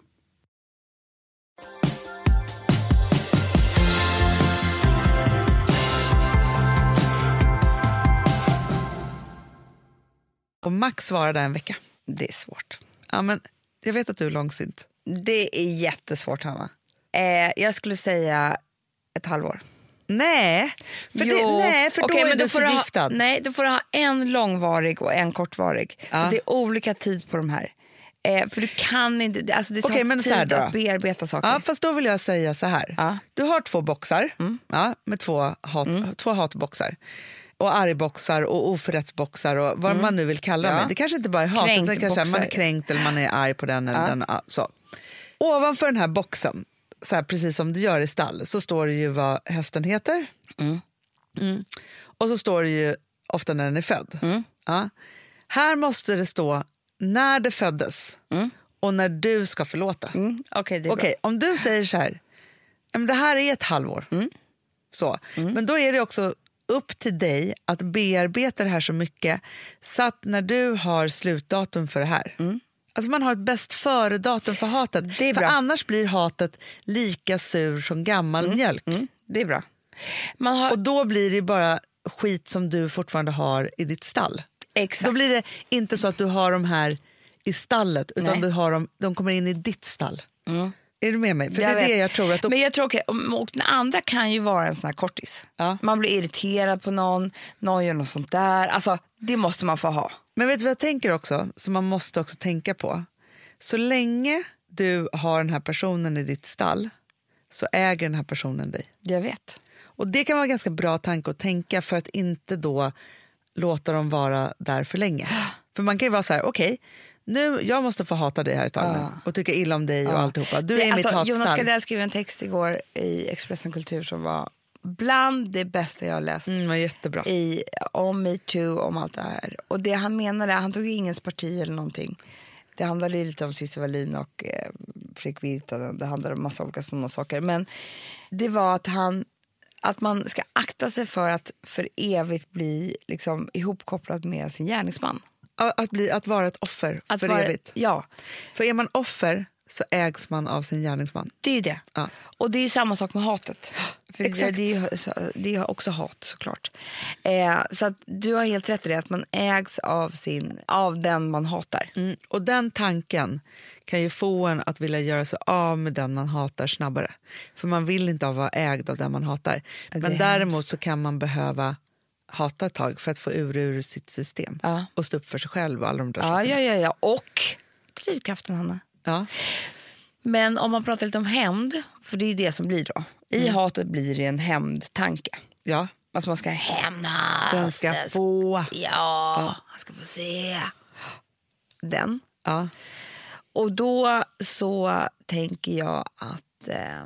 S3: Och max vara där en vecka.
S2: Det är svårt.
S3: Ja, men jag vet att du är långsint.
S2: Det är jättesvårt, Hanna. Eh, jag skulle säga ett halvår.
S3: Nej, för, det,
S2: Jo.
S3: nej, för
S2: Okej,
S3: då är
S2: men
S3: du
S2: får ha-
S3: förgiftad.
S2: nej, då får du ha en långvarig och en kortvarig.
S3: Ja.
S2: Så det är olika tid på de här. Eh, för du kan inte, det- alltså det tar
S3: Okej, men så
S2: tid
S3: här då.
S2: att bearbeta saker.
S3: Ja, fast då vill jag säga så här.
S2: Ja. Mm.
S3: Du har två boxar ja, med två, hat, två hatboxar. Och argboxar och oförrättsboxar och vad man nu vill kalla dem.
S2: Mm. Ja.
S3: Det kanske inte bara är hat, utan det kanske är, man är
S2: Kränktboxar.
S3: kränkt eller man är arg på den. Eller den ja, så. Ovanför den här boxen, så här, precis som du gör i stall, så står det ju vad hästen heter. Mm. Och så står det ju ofta när den är född.
S2: Mm.
S3: Ja. Här måste det stå när det föddes och när du ska förlåta.
S2: Mm, Okej, det är
S3: Okej, om du säger så här, "Ja, men det här är ett halvår.
S2: Mm.
S3: Så. Men då är det också upp till dig att bearbeta det här så mycket så att när du har slutdatum för det här, alltså man har ett bäst före-datum för hatet.
S2: Mm. Det är
S3: för
S2: bra.
S3: annars blir hatet lika sur som gammal mjölk.
S2: bra. Mm, det är bra. Man har,
S3: Och då blir det ju bara skit som du fortfarande har i ditt stall.
S2: exakt.
S3: Då blir det inte så att du har dem här i stallet, utan
S2: Nej. Mm.
S3: du har dem, de kommer in i ditt stall. Är du med mig? För
S2: Jag
S3: det är det
S2: vet.
S3: jag tror. Att då,
S2: Men jag tror okej, om- och den andra kan ju vara en sån här kortis.
S3: Ja.
S2: Man blir irriterad på någon, någon gör något sånt där. Alltså, det måste man få ha.
S3: Men vet du vad jag tänker också, som man måste också tänka på? Så länge du har den här personen i ditt stall så äger den här personen dig.
S2: Jag vet.
S3: Och det kan vara en ganska bra tanke att tänka för att inte då låta dem vara där för länge. För man kan ju vara så här, okej, nu jag måste få hata dig här ett tag nu och tycka illa om dig och alltihopa. Du
S2: Det-
S3: är i mitt
S2: alltså, Jonas
S3: hatstall.
S2: Gardell skrev en text igår i Expressen Kultur som var bland det bästa jag har läst.
S3: Mm, men jättebra.
S2: i, om metoo, om allt det här. Och det han menade, han tog ju ingens parti eller någonting. Det handlade ju lite om Cissi Wallin och eh, Fredrik Virtanen. Det handlade om massa olika sådana saker. Men det var att han att man ska akta sig för att för evigt bli liksom ihopkopplad med sin gärningsman.
S3: Ja, Att, bli, att vara ett offer
S2: Att
S3: för
S2: vara-
S3: evigt.
S2: Ja,
S3: För är man offer så ägs man av sin gärningsman.
S2: det är ju det.
S3: Ja.
S2: Och det är ju samma sak med hatet. För
S3: Exakt.
S2: Det, det, är, ju- så- det är också hat såklart. Eh, så att du har helt rätt i det, att man ägs av, sin, av den man hatar.
S3: Mm. Och den tanken kan ju få en att vilja göra sig av med den man hatar snabbare. För man vill inte vara ägd av den man hatar. Men däremot så kan man behöva hata ett tag för att få ur, ur sitt system
S2: Ja.
S3: och stå upp för sig själv och alla de där
S2: Ja,
S3: sakerna.
S2: ja, ja, ja. Och drivkraften, Hanna.
S3: Ja.
S2: Men om man pratar lite om hämnd, för det är ju det som blir då. I hatet blir det en hämndtanke.
S3: Mm. ja,
S2: Att man ska hämnas.
S3: den ska få...
S2: Ja, han ska få se. Den.
S3: Ja.
S2: Och då så tänker jag att att eh,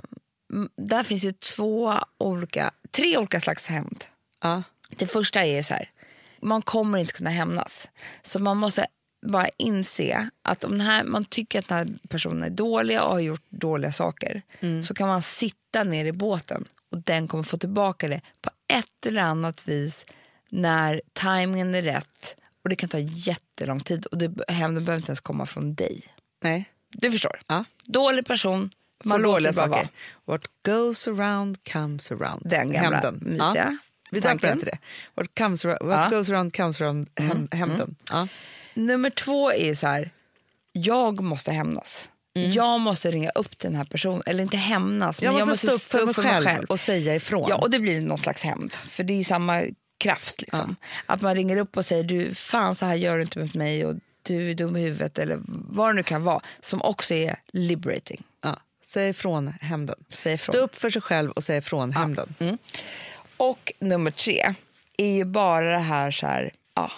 S2: m- där finns ju två olika, tre olika slags hämnd.
S3: Ja.
S2: Det första är ju så här, man kommer inte kunna hämnas. Så man måste bara inse att om den här, man tycker att den här personen är dålig och har gjort dåliga saker så kan man sitta ner i båten och den kommer få tillbaka det på ett eller annat vis när timingen är rätt. Och Det kan ta jättelång tid och det, hämnden behöver inte ens komma från dig.
S3: Nej.
S2: Du förstår.
S3: Ja.
S2: Dålig person,
S3: Man
S2: man låter
S3: dåliga
S2: det bara vara.
S3: saker. What goes around comes around.
S2: Den gamla
S3: Hämnden.
S2: mysiga
S3: Vi
S2: tanken.
S3: döper den till det. What, comes around, what
S2: Ja.
S3: goes around comes around hem, hämnden. Mm, Ja.
S2: Nummer två är ju så här, jag måste hämnas. Jag måste ringa upp den här personen, eller inte hämnas,
S3: Mm. Jag,
S2: men
S3: måste stå upp för, mig, själv och säga ifrån.
S2: Ja, och det blir någon slags hämnd, för det är ju samma kraft. Liksom. Att man ringer upp och säger du, fan så här gör du inte mot mig och du är dum i huvudet eller vad det nu kan vara, som också är liberating.
S3: ja. Säg ifrån hämnden.
S2: Säg ifrån.
S3: Stå upp för sig själv och säg ifrån hämnden.
S2: Och nummer tre är ju bara det här så här, ja.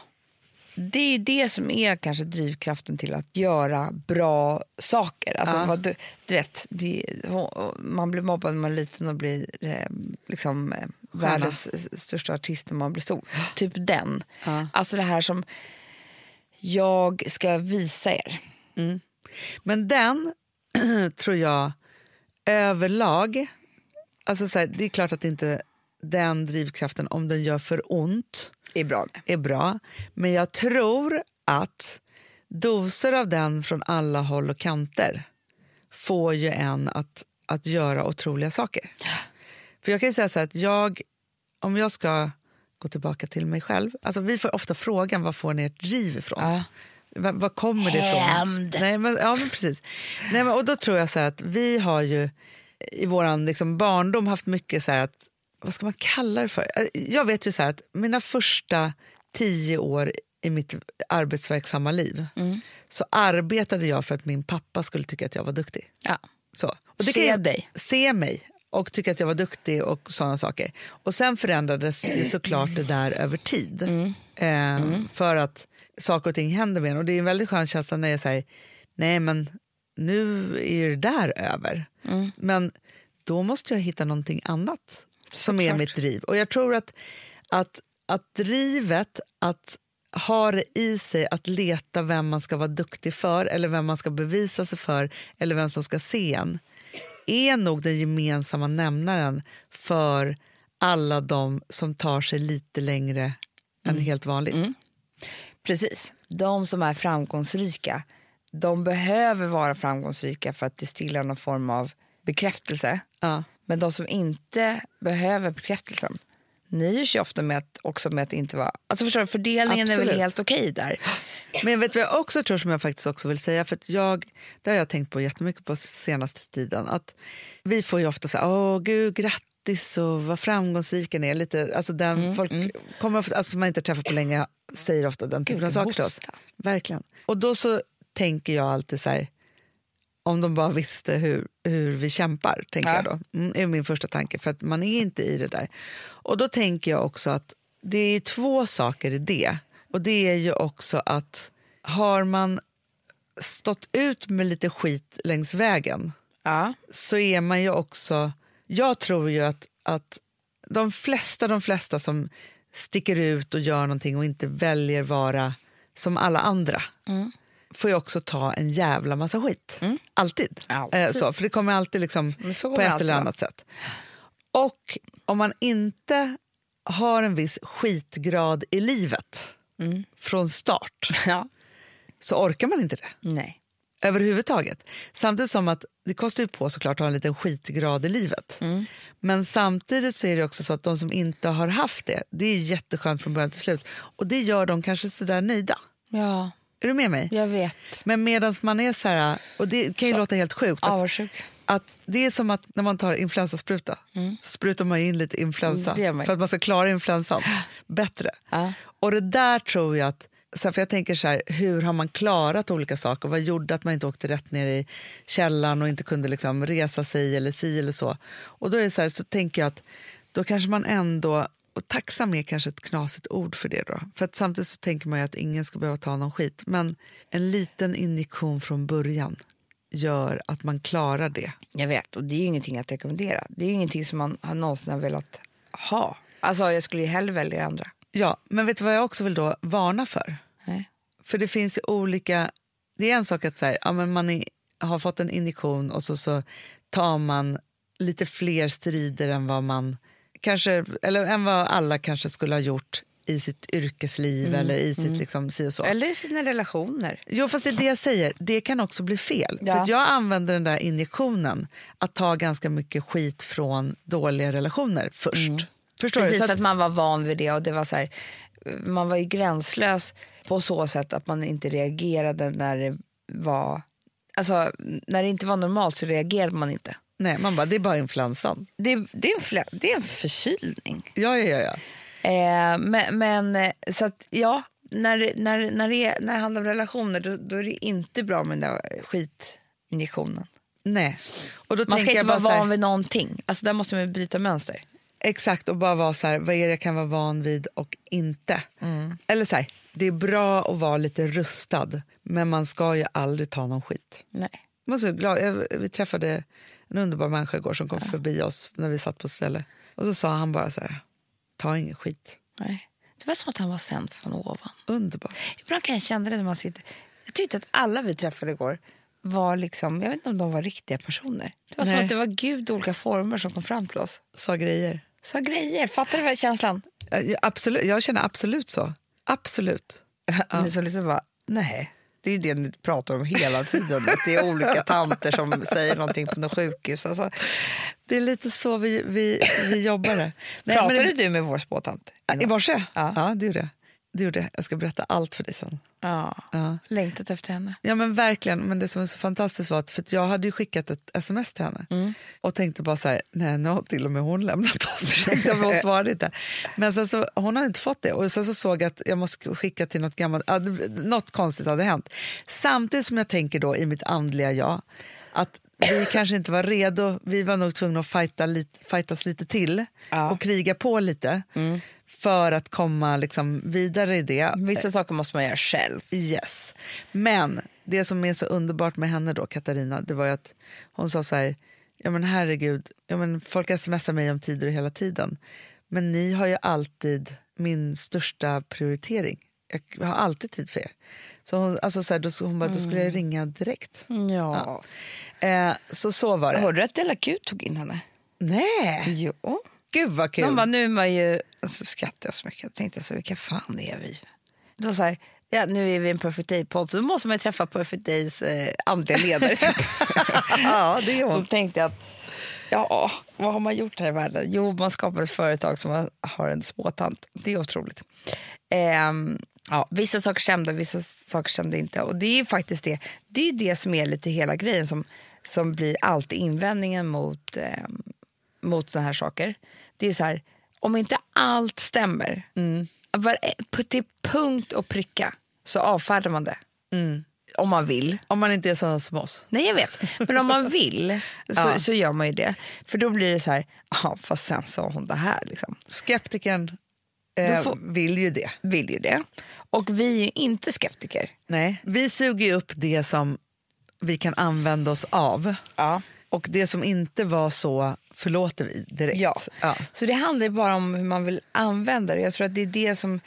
S2: Det är ju det som är kanske drivkraften till att göra bra saker. Alltså, vad du, du vet, det, man blir mobbad när man är liten och blir eh, liksom, eh, världens största artist när man blir stor. Typ den. Alltså det här som, jag ska visa er.
S3: Men den tror jag överlag... Alltså så här, det är klart att inte den drivkraften, om den gör för ont,
S2: är bra med.
S3: är bra. Men jag tror att doser av den från alla håll och kanter får ju en att, att göra otroliga saker. För jag kan ju säga så här att jag, om jag ska gå tillbaka till mig själv, alltså vi får ofta frågan vad får ni ert driv ifrån?
S2: Ja.
S3: Va- Vad kommer det ifrån?
S2: Hämnd.
S3: Nej, men, ja, men precis. Nej, men, och då tror jag så här att vi har ju i vår liksom, barndom haft mycket så här att, vad ska man kalla det för? Eh, Jag vet ju så här att mina första tio år i mitt arbetsverksamma liv
S2: Mm.
S3: så arbetade jag för att min pappa skulle tycka att jag var duktig.
S2: Ja.
S3: Så. Och
S2: Se
S3: jag,
S2: dig.
S3: Se mig och tycka att jag var duktig och sådana saker. Och sen förändrades ju såklart det där över tid. Eh, För att saker och ting händer med en. Och det är en väldigt skön känsla när jag säger, nej men nu är det där över. Men då måste jag hitta någonting annat som är mitt driv. Och jag tror att, att, att drivet att ha det i sig att leta vem man ska vara duktig för eller vem man ska bevisa sig för eller vem som ska se en är nog den gemensamma nämnaren för alla de som tar sig lite längre än helt vanligt.
S2: Precis. De som är framgångsrika, de behöver vara framgångsrika för att det stillar någon form av bekräftelse.
S3: Ja.
S2: Men de som inte behöver bekräftelsen nöjer sig ofta med att, också med att inte vara... Alltså förstår du, fördelningen är väl
S3: Absolut.
S2: helt okej där.
S3: Men vet du vad jag också tror som jag faktiskt också vill säga? För att jag, det har jag tänkt på jättemycket på senaste tiden. Att vi får ju ofta säga åh gud grattis och vad framgångsrika ni är. Lite, alltså den folk kommer, ofta- alltså som man inte träffat på länge säger ofta den typen av saker till oss. Verkligen. Och då så tänker jag alltid så här, om de bara visste hur, hur vi kämpar, tänker
S2: Ja.
S3: jag då. Mm, är min första tanke, för att man är inte i det där. Och då tänker jag också att det är två saker i det. Och det är ju också att har man stått ut med lite skit längs vägen
S2: Ja.
S3: så är man ju också... Jag tror ju att, att de flesta de flesta som sticker ut och gör någonting och inte väljer vara som alla andra
S2: Mm.
S3: får ju också ta en jävla massa skit. Alltid.
S2: Alltid.
S3: Eh, så, för det kommer alltid liksom
S2: Men så
S3: på
S2: kommer det
S3: ett
S2: alltid
S3: eller
S2: vara.
S3: annat sätt. Och om man inte har en viss skitgrad i livet från start
S2: Mm. ja.
S3: så orkar man inte det
S2: Nej.
S3: överhuvudtaget. Samtidigt som att det kostar ju på såklart att ha en liten skitgrad i livet.
S2: Mm.
S3: Men samtidigt så är det också så att de som inte har haft det, det är ju jätteskönt från början till slut. Och det gör de kanske sådär nöjda.
S2: Ja,
S3: Är du med mig?
S2: jag vet.
S3: Men medan man är så här, och det kan ju låta helt sjukt, att,
S2: Avundsjuk.
S3: att det är som att när man tar influensaspruta så sprutar man ju in lite influensa
S2: Mm. Det gör man ju.
S3: för att man ska klara influensan bättre.
S2: Ja.
S3: Och det där tror jag att, så här, för jag tänker så här, hur har man klarat olika saker? Vad gjorde att man inte åkte rätt ner i källaren och inte kunde liksom resa sig eller si eller så? Och då är det så här, så tänker jag att då kanske man ändå och tacksam är kanske ett knasigt ord för det. då. För att Samtidigt så tänker man ju att ingen ska behöva ta någon skit. Men en liten injektion från början gör att man klarar det.
S2: Jag vet, och det är ju ingenting att rekommendera. Det är ju ingenting som man har någonsin har velat ha. Alltså jag skulle ju hellre välja det andra.
S3: Ja, men vet du vad jag också vill då varna för?
S2: Nej.
S3: För det finns ju olika... Det är en sak att så här, ja, men man är, har fått en injektion och så, så tar man lite fler strider än vad man kanske, eller än vad alla kanske skulle ha gjort i sitt yrkesliv eller i sitt liksom si och så.
S2: Mm, Eller i sina relationer.
S3: Jo, fast det är det jag säger. Det kan också bli fel.
S2: Ja.
S3: För att jag använder den där injektionen att ta ganska mycket skit från dåliga relationer först. Förstår du?
S2: Mm. Precis,
S3: Så
S2: för
S3: att,
S2: att man var van vid det och det var så här, man var ju gränslös på så sätt att man inte reagerade när det var, alltså när det inte var normalt så reagerade man inte.
S3: nej, man bara, det är bara influensan.
S2: Det, det, är, en flä, det är en förkylning.
S3: Ja, ja, ja. ja.
S2: Eh, men men eh, så att ja, när, det- när, när, det, är- när det handlar om relationer då, då är det inte bra med den där skitinjektionen.
S3: Nej. Och då
S2: Man ska
S3: tänker
S2: inte
S3: jag bara
S2: vara
S3: så här,
S2: van vid någonting. Alltså där måste man bryta mönster.
S3: Exakt, och bara vara så här, vad är det jag kan vara van vid och inte? Eller så här, det är bra att vara lite rustad, men man ska ju aldrig ta någon skit.
S2: Nej.
S3: Man ska glad. Jag, vi träffade en underbar människa igår som kom förbi oss när vi satt på ställe. Och så sa han bara så här, ta ingen skit.
S2: Nej. Det var som att han var sänd från ovan.
S3: Underbart.
S2: Ibland kan jag känna det när man sitter... Jag tyckte att alla vi träffade igår var liksom... Jag vet inte om de var riktiga personer. Det var som
S3: Nej.
S2: att det var Gud i olika former som kom fram till oss.
S3: Sa grejer.
S2: Så grejer. Fattar du vad känslan?
S3: Eh, Jag, absolut, jag känner absolut så. Absolut.
S2: Ni som liksom bara, nej. Det är ju det ni pratar om hela tiden. att det är olika tanter som säger någonting på något sjukhus. Alltså,
S3: Det är lite så vi, vi, vi jobbar. här. Nej, men-
S2: pratade du med vår spåtant?
S3: I morse?
S2: Ja.
S3: Ja. det gjorde jag. Det gjorde jag. Jag ska berätta allt för dig sen.
S2: Ja.
S3: Ja.
S2: Längtat efter henne.
S3: Ja men verkligen, men det som är så fantastiskt var att för att jag hade ju skickat ett sms till henne och tänkte bara så här, nej nu har till och med hon lämnat oss. Tänkte jag, för hon svarade inte. Men sen så, hon hade inte fått det och sen så såg jag att jag måste skicka till något gammalt, ja, det- något konstigt hade hänt. Samtidigt som jag tänker då i mitt andliga jag att vi kanske inte var redo, vi var nog tvungna att fighta lite, fightas lite till och kriga på lite för att komma liksom vidare i det.
S2: Vissa saker måste man göra själv.
S3: Yes. Men det som är så underbart med henne då, Katarina, det var ju att hon sa så här, ja men herregud, ja men folk smsar mig om tider hela tiden, men ni har ju alltid min största prioritering. Jag har alltid tid för er. Så hon, alltså så här, då, hon bara, då skulle jag ringa direkt.
S2: Mm. Ja.
S3: Eh, så så var det.
S2: Hörde du att Della Q tog in henne?
S3: Nej,
S2: Jo.
S3: gud vad kul.
S2: De bara, nu är man ju... Alltså, skrattade jag så mycket. Jag tänkte, så, vilka fan är vi? Det var så här, ja, nu är vi en Perfect Day-podd, så då måste man ju träffa Perfect Days eh, andliga ledare. typ.
S3: ja, det är
S2: Då
S3: hon.
S2: tänkte jag att, ja, vad har man gjort här i världen? Jo, man skapar ett företag som har- har en spåtant. Det är otroligt. Ehm, ja, vissa saker stämde, vissa saker stämde inte. Och det är ju faktiskt det, det, är ju det som är lite hela grejen som, som blir alltid invändningen mot ehm, mot såna här saker. Det är så här, om inte allt stämmer, var, på- till punkt och pricka, så avfärdar man det. Om man vill.
S3: Om man inte är sån som oss.
S2: Nej, jag vet. Men om man vill så, så gör man ju det. För då blir det så här, ja, fast sen sa hon det här. Liksom.
S3: Skeptikern
S2: Då
S3: eh,
S2: får-
S3: vill ju det.
S2: Vill ju det. Och vi är ju inte skeptiker.
S3: Nej. Vi suger ju upp det som vi kan använda oss av.
S2: Ja.
S3: Och det som inte var så förlåter vi direkt.
S2: Ja.
S3: Ja.
S2: Så det handlar ju bara om hur man vill använda det. Jag tror att det är det som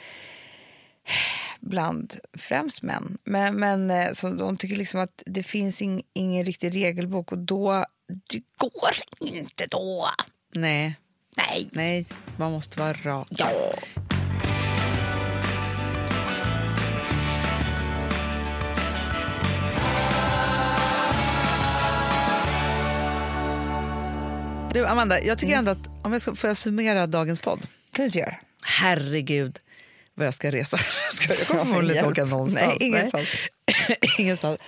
S2: bland främst män, men, men eh, som de tycker liksom att det finns ing, ingen riktig regelbok och då, det går inte då.
S3: Nej.
S2: Nej.
S3: Nej, man måste vara rak.
S2: Ja.
S3: Du Amanda, jag
S2: Mm.
S3: tycker ändå att, om jag ska, får jag summera dagens podd?
S2: Kan du inte göra?
S3: Herregud vad jag ska resa. Ska jag kommer förmodligen
S2: Hjälp.
S3: inte åka någonstans.
S2: Nej, ingenstans.
S3: Nej. ingenstans.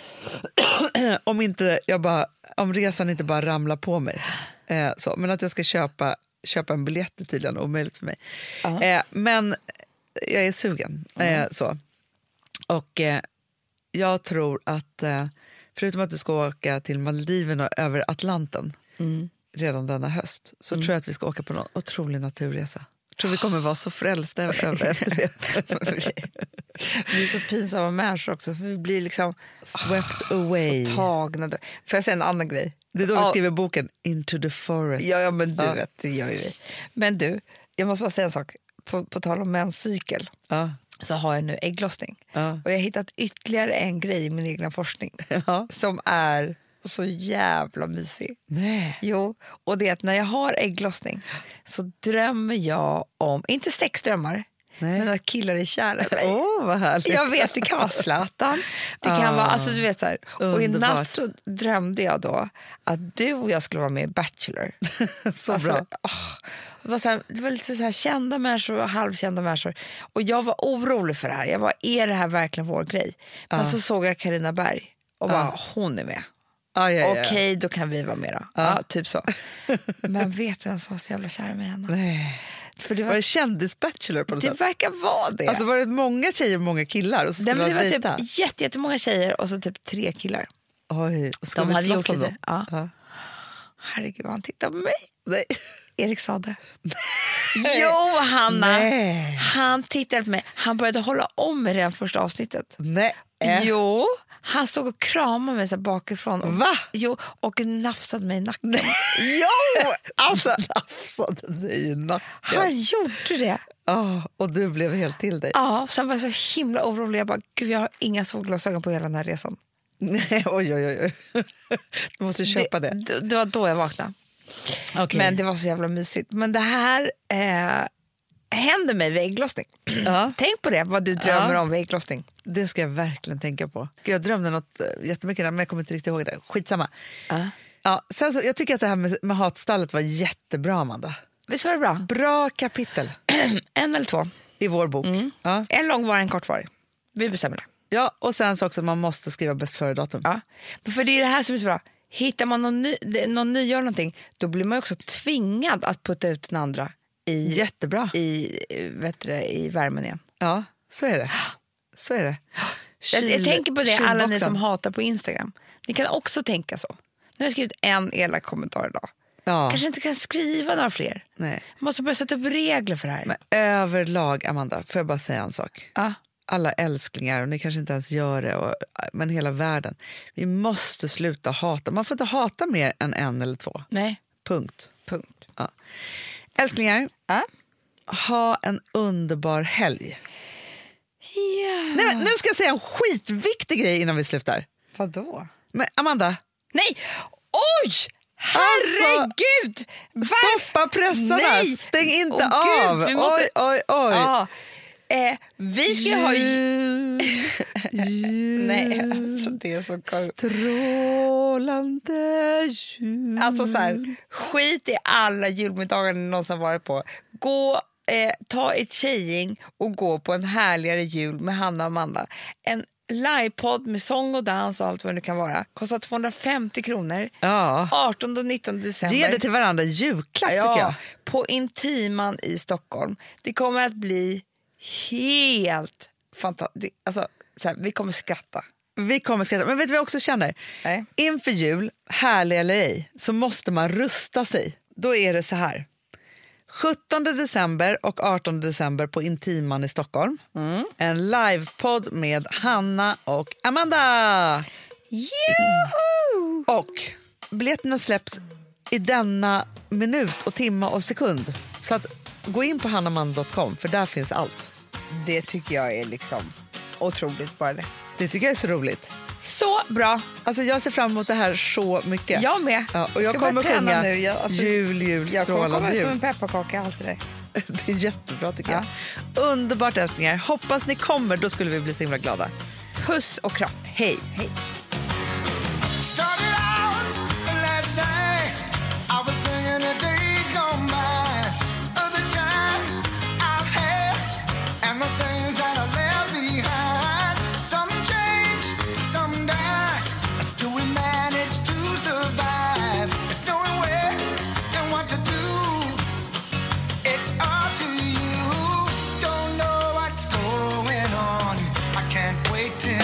S3: om, inte jag bara, om resan inte bara ramlar på mig. Eh, så. Men att jag ska köpa, köpa en biljett är tydligen omöjligt för mig. Eh, men jag är sugen. Eh, så. Och eh, jag tror att, eh, förutom att du ska åka till Maldiverna och
S2: Mm.
S3: över Atlanten redan denna höst, så tror jag att vi ska åka på någon otrolig naturresa. Jag tror vi kommer vara så frälsta över- efter det.
S2: Vi är så pinsamma människor också, för vi blir liksom
S3: Swept away.
S2: så tagna. Får jag säga en annan grej?
S3: Ah, Det är då vi
S2: Ja.
S3: skriver boken Into the forest.
S2: Ja, ja men du
S3: Ja.
S2: vet, det gör ju vi. Men du, jag måste bara säga en sak. På, på tal om menscykel
S3: Ja,
S2: så har jag nu ägglossning.
S3: ja.
S2: Och jag har hittat ytterligare en grej i min egna forskning
S3: Ja.
S2: som är så jävla mysig.
S3: Nej.
S2: Jo, och det är att när jag har ägglossning så drömmer jag om, inte sexdrömmar,
S3: Nej.
S2: men att killar är kära i mig.
S3: Åh, vad härligt.
S2: Jag vet, det kan vara Zlatan. Det kan
S3: Ah,
S2: vara, alltså du vet så här. Och i
S3: underbart.
S2: natt så drömde jag då att du och jag skulle vara med i Bachelor. så
S3: bra.
S2: det, var så här, det var lite så här kända människor och halvkända människor. Och jag var orolig för det här. Jag var, är det här verkligen vår grej? Men så såg jag Karina Berg och bara, hon är med.
S3: Ja, ja, ja.
S2: Okej, då kan vi vara med då. Ja. typ så. Men vet du vem som var så jävla kär med henne?
S3: Nej.
S2: För det,
S3: Var
S2: var,
S3: det kändisbachelor på något
S2: det
S3: sätt?
S2: verkar vara det.
S3: Alltså var det många tjejer och många killar? Och så
S2: Nej,
S3: skulle
S2: men det
S3: man
S2: var typ
S3: dejta?
S2: jätte, jättemånga tjejer och så typ tre killar.
S3: Oj, ska
S2: De
S3: vi
S2: hade
S3: slåss
S2: gjort
S3: om
S2: lite.
S3: dem?
S2: Ja.
S3: Ja.
S2: Herregud vad han tittar på mig.
S3: Nej.
S2: Erik Sade. jo Hanna,
S3: Nej.
S2: han tittade på mig. Han började hålla om mig redan första avsnittet.
S3: Nej. Äh,
S2: Jo, han stod och kramade mig så här bakifrån. Och,
S3: Va?
S2: Jo, och nafsade mig i nacken.
S3: Jo! Alltså, nafsade dig i
S2: Han
S3: nacken.
S2: gjorde det.
S3: Ja, och du blev helt till dig.
S2: Ja, sen var jag så himla orolig. Jag bara, gud jag har inga solglasögon på hela den här resan.
S3: Nej, oj, oj, oj. Du måste köpa det.
S2: Det, det var då jag vaknade. Men det var så jävla mysigt. Men det här eh, händer mig vid ägglossning.
S3: Ja.
S2: Tänk på det, vad du drömmer
S3: Ja.
S2: om vid ägglossning.
S3: Det ska jag verkligen tänka på. Gud, jag drömde något eh, jättemycket, men jag kommer inte riktigt ihåg det. Skitsamma.
S2: Ja.
S3: Ja, sen så, jag tycker att det här med, med hatstallet var jättebra, Amanda.
S2: Visst var det bra?
S3: Bra kapitel
S2: en eller två.
S3: i vår bok.
S2: Mm.
S3: Ja.
S2: En långvarig, en kortvarig. Vi bestämmer det.
S3: ja, och sen så också att man måste skriva bäst före-datum.
S2: Ja. Men För det är det här som är så bra. Hittar man någon, ny, det- någon nyare någonting, då blir man ju också tvingad att putta ut den andra i,
S3: Jättebra.
S2: i, eh, vet du, det, i värmen igen.
S3: Ja, så är det. Så är det.
S2: Jag, jag
S3: Kyl-
S2: tänker på det, alla ni
S3: kylboxen.
S2: som hatar på Instagram. Ni kan också tänka så. Nu har jag skrivit en elak kommentar idag.
S3: Ja,
S2: kanske inte kan skriva några fler.
S3: nej.
S2: Jag måste börja sätta upp regler för det här.
S3: Men överlag, Amanda, får jag bara säga en sak?
S2: Ja.
S3: Alla älsklingar, och ni kanske inte ens gör det, och, men hela världen. Vi måste sluta hata. Man får inte hata mer än en eller två.
S2: Nej.
S3: Punkt.
S2: Punkt.
S3: Ja. Älsklingar,
S2: Ja.
S3: ha en underbar helg. Nej, men nu ska jag säga en skitviktig grej innan vi slutar.
S2: Vadå?
S3: Men Amanda,
S2: Nej! Oj!
S3: Alltså,
S2: Herregud! Varf-
S3: stoppa pressarna!
S2: Nej!
S3: Stäng inte
S2: Åh, gud,
S3: av!
S2: vi måste-
S3: Oj, oj, oj.
S2: Ja. Eh, vi ska ju ha... Nej,
S3: Mm.
S2: alltså det är så konstigt.
S3: Strålande ljus.
S2: Alltså så
S3: Mm.
S2: här, skit i alla julmiddagar ni någonsin har varit på. Gå, eh, ta ett tjejgäng och gå på en härligare jul med Hanna och Amanda. En livepodd med sång och dans och allt vad det nu kan vara. Kostar 250 kronor.
S3: Ja.
S2: 18 och 19 december.
S3: Ge det till varandra en julklapp
S2: ja,
S3: tycker jag.
S2: På Intiman i Stockholm. Det kommer att bli helt fantastiskt. Alltså, så här, vi kommer skratta.
S3: Vi kommer skratta. Men vet du vad jag också känner?
S2: Nej.
S3: Inför jul, härlig eller ej, så måste man rusta sig. Då är det så här. 17 december och 18 december på Intiman i Stockholm.
S2: Mm.
S3: En livepodd med Hanna och Amanda. Och biljetterna släpps i denna minut och timme och sekund. Så att gå in på hannaman.com för där finns allt.
S2: Det tycker jag är liksom otroligt bara det.
S3: Det tycker jag är så roligt.
S2: Så bra!
S3: Alltså jag ser fram emot det här så mycket.
S2: Jag med.
S3: Ja, och jag
S2: Ska
S3: kommer
S2: börja träna
S3: sjunga
S2: nu. Jag, alltså,
S3: jul, jul,
S2: jag kommer komma
S3: strålande
S2: ut som
S3: jul.
S2: en pepparkaka. Allt det där.
S3: Det är jättebra tycker jag. Underbart älsklingar. Hoppas ni kommer, då skulle vi bli så himla glada.
S2: Puss och kram. Hej. Hej.
S7: Started out last night. I was thinking the days gone by, of the times I've had, and the things that I left behind. Some change, some die. Still we manage to survive. It's knowing where and what to do. It's up to you. Don't know what's going on. I can't wait till.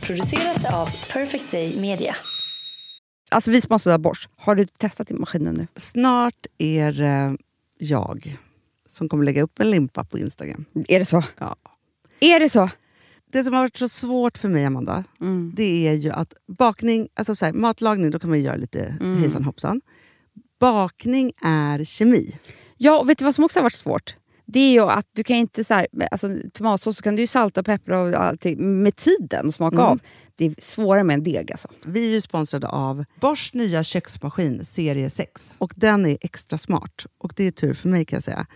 S8: Producerat av Perfect Day Media.
S2: Alltså vi som har sådär har du testat i maskinen nu?
S6: Snart är det jag som kommer lägga upp en limpa på Instagram.
S2: Är det så?
S6: Ja.
S2: Är det så?
S6: Det som har varit så svårt för mig, Amanda,
S2: Mm.
S6: det är ju att bakning, alltså så här, matlagning, då kan man ju göra lite
S2: Mm.
S6: hejsan hoppsan. Bakning är kemi.
S2: Ja, och vet du vad som också har varit svårt? Det är ju att du kan ju inte så här, alltså, tomatsås så kan du ju salta och peppra och allting med tiden och
S3: Mm.
S2: smaka av. Det är svårare med en deg alltså.
S6: Vi är ju sponsrade av Bors nya köksmaskin serie 6. Och den är extra smart. Och det är tur för mig kan jag säga.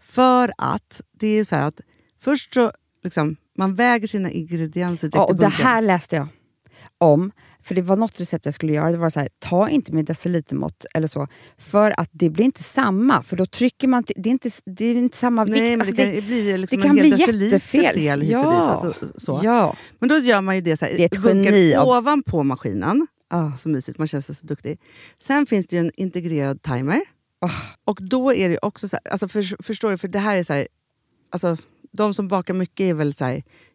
S6: För att det är så här att först så liksom, man väger sina ingredienser direkt
S2: Ja, och
S6: i
S2: det
S6: bunken.
S2: här läste jag om. För det var något recept jag skulle göra. Det var så här, ta inte med decilitermått eller så. För att det blir inte samma. För då trycker man... till- Det är inte, det är inte samma vikt.
S6: Nej, men
S2: Alltså,
S6: det kan ju bli liksom
S2: det kan
S6: en hel
S2: bli
S6: deciliter
S2: jättefel.
S6: fel hit och dit. Alltså, så.
S2: Ja.
S6: Men då gör man ju det så här,
S2: Det är ett
S6: bunkar
S2: geni av-
S6: ovanpå maskinen.
S2: Ah.
S6: Så mysigt, man känns så duktig. Sen finns det ju en integrerad timer.
S2: Ah.
S6: Och då är det ju också så här, alltså för, förstår du, för det här är så här, alltså de som bakar mycket är väl så här,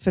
S6: för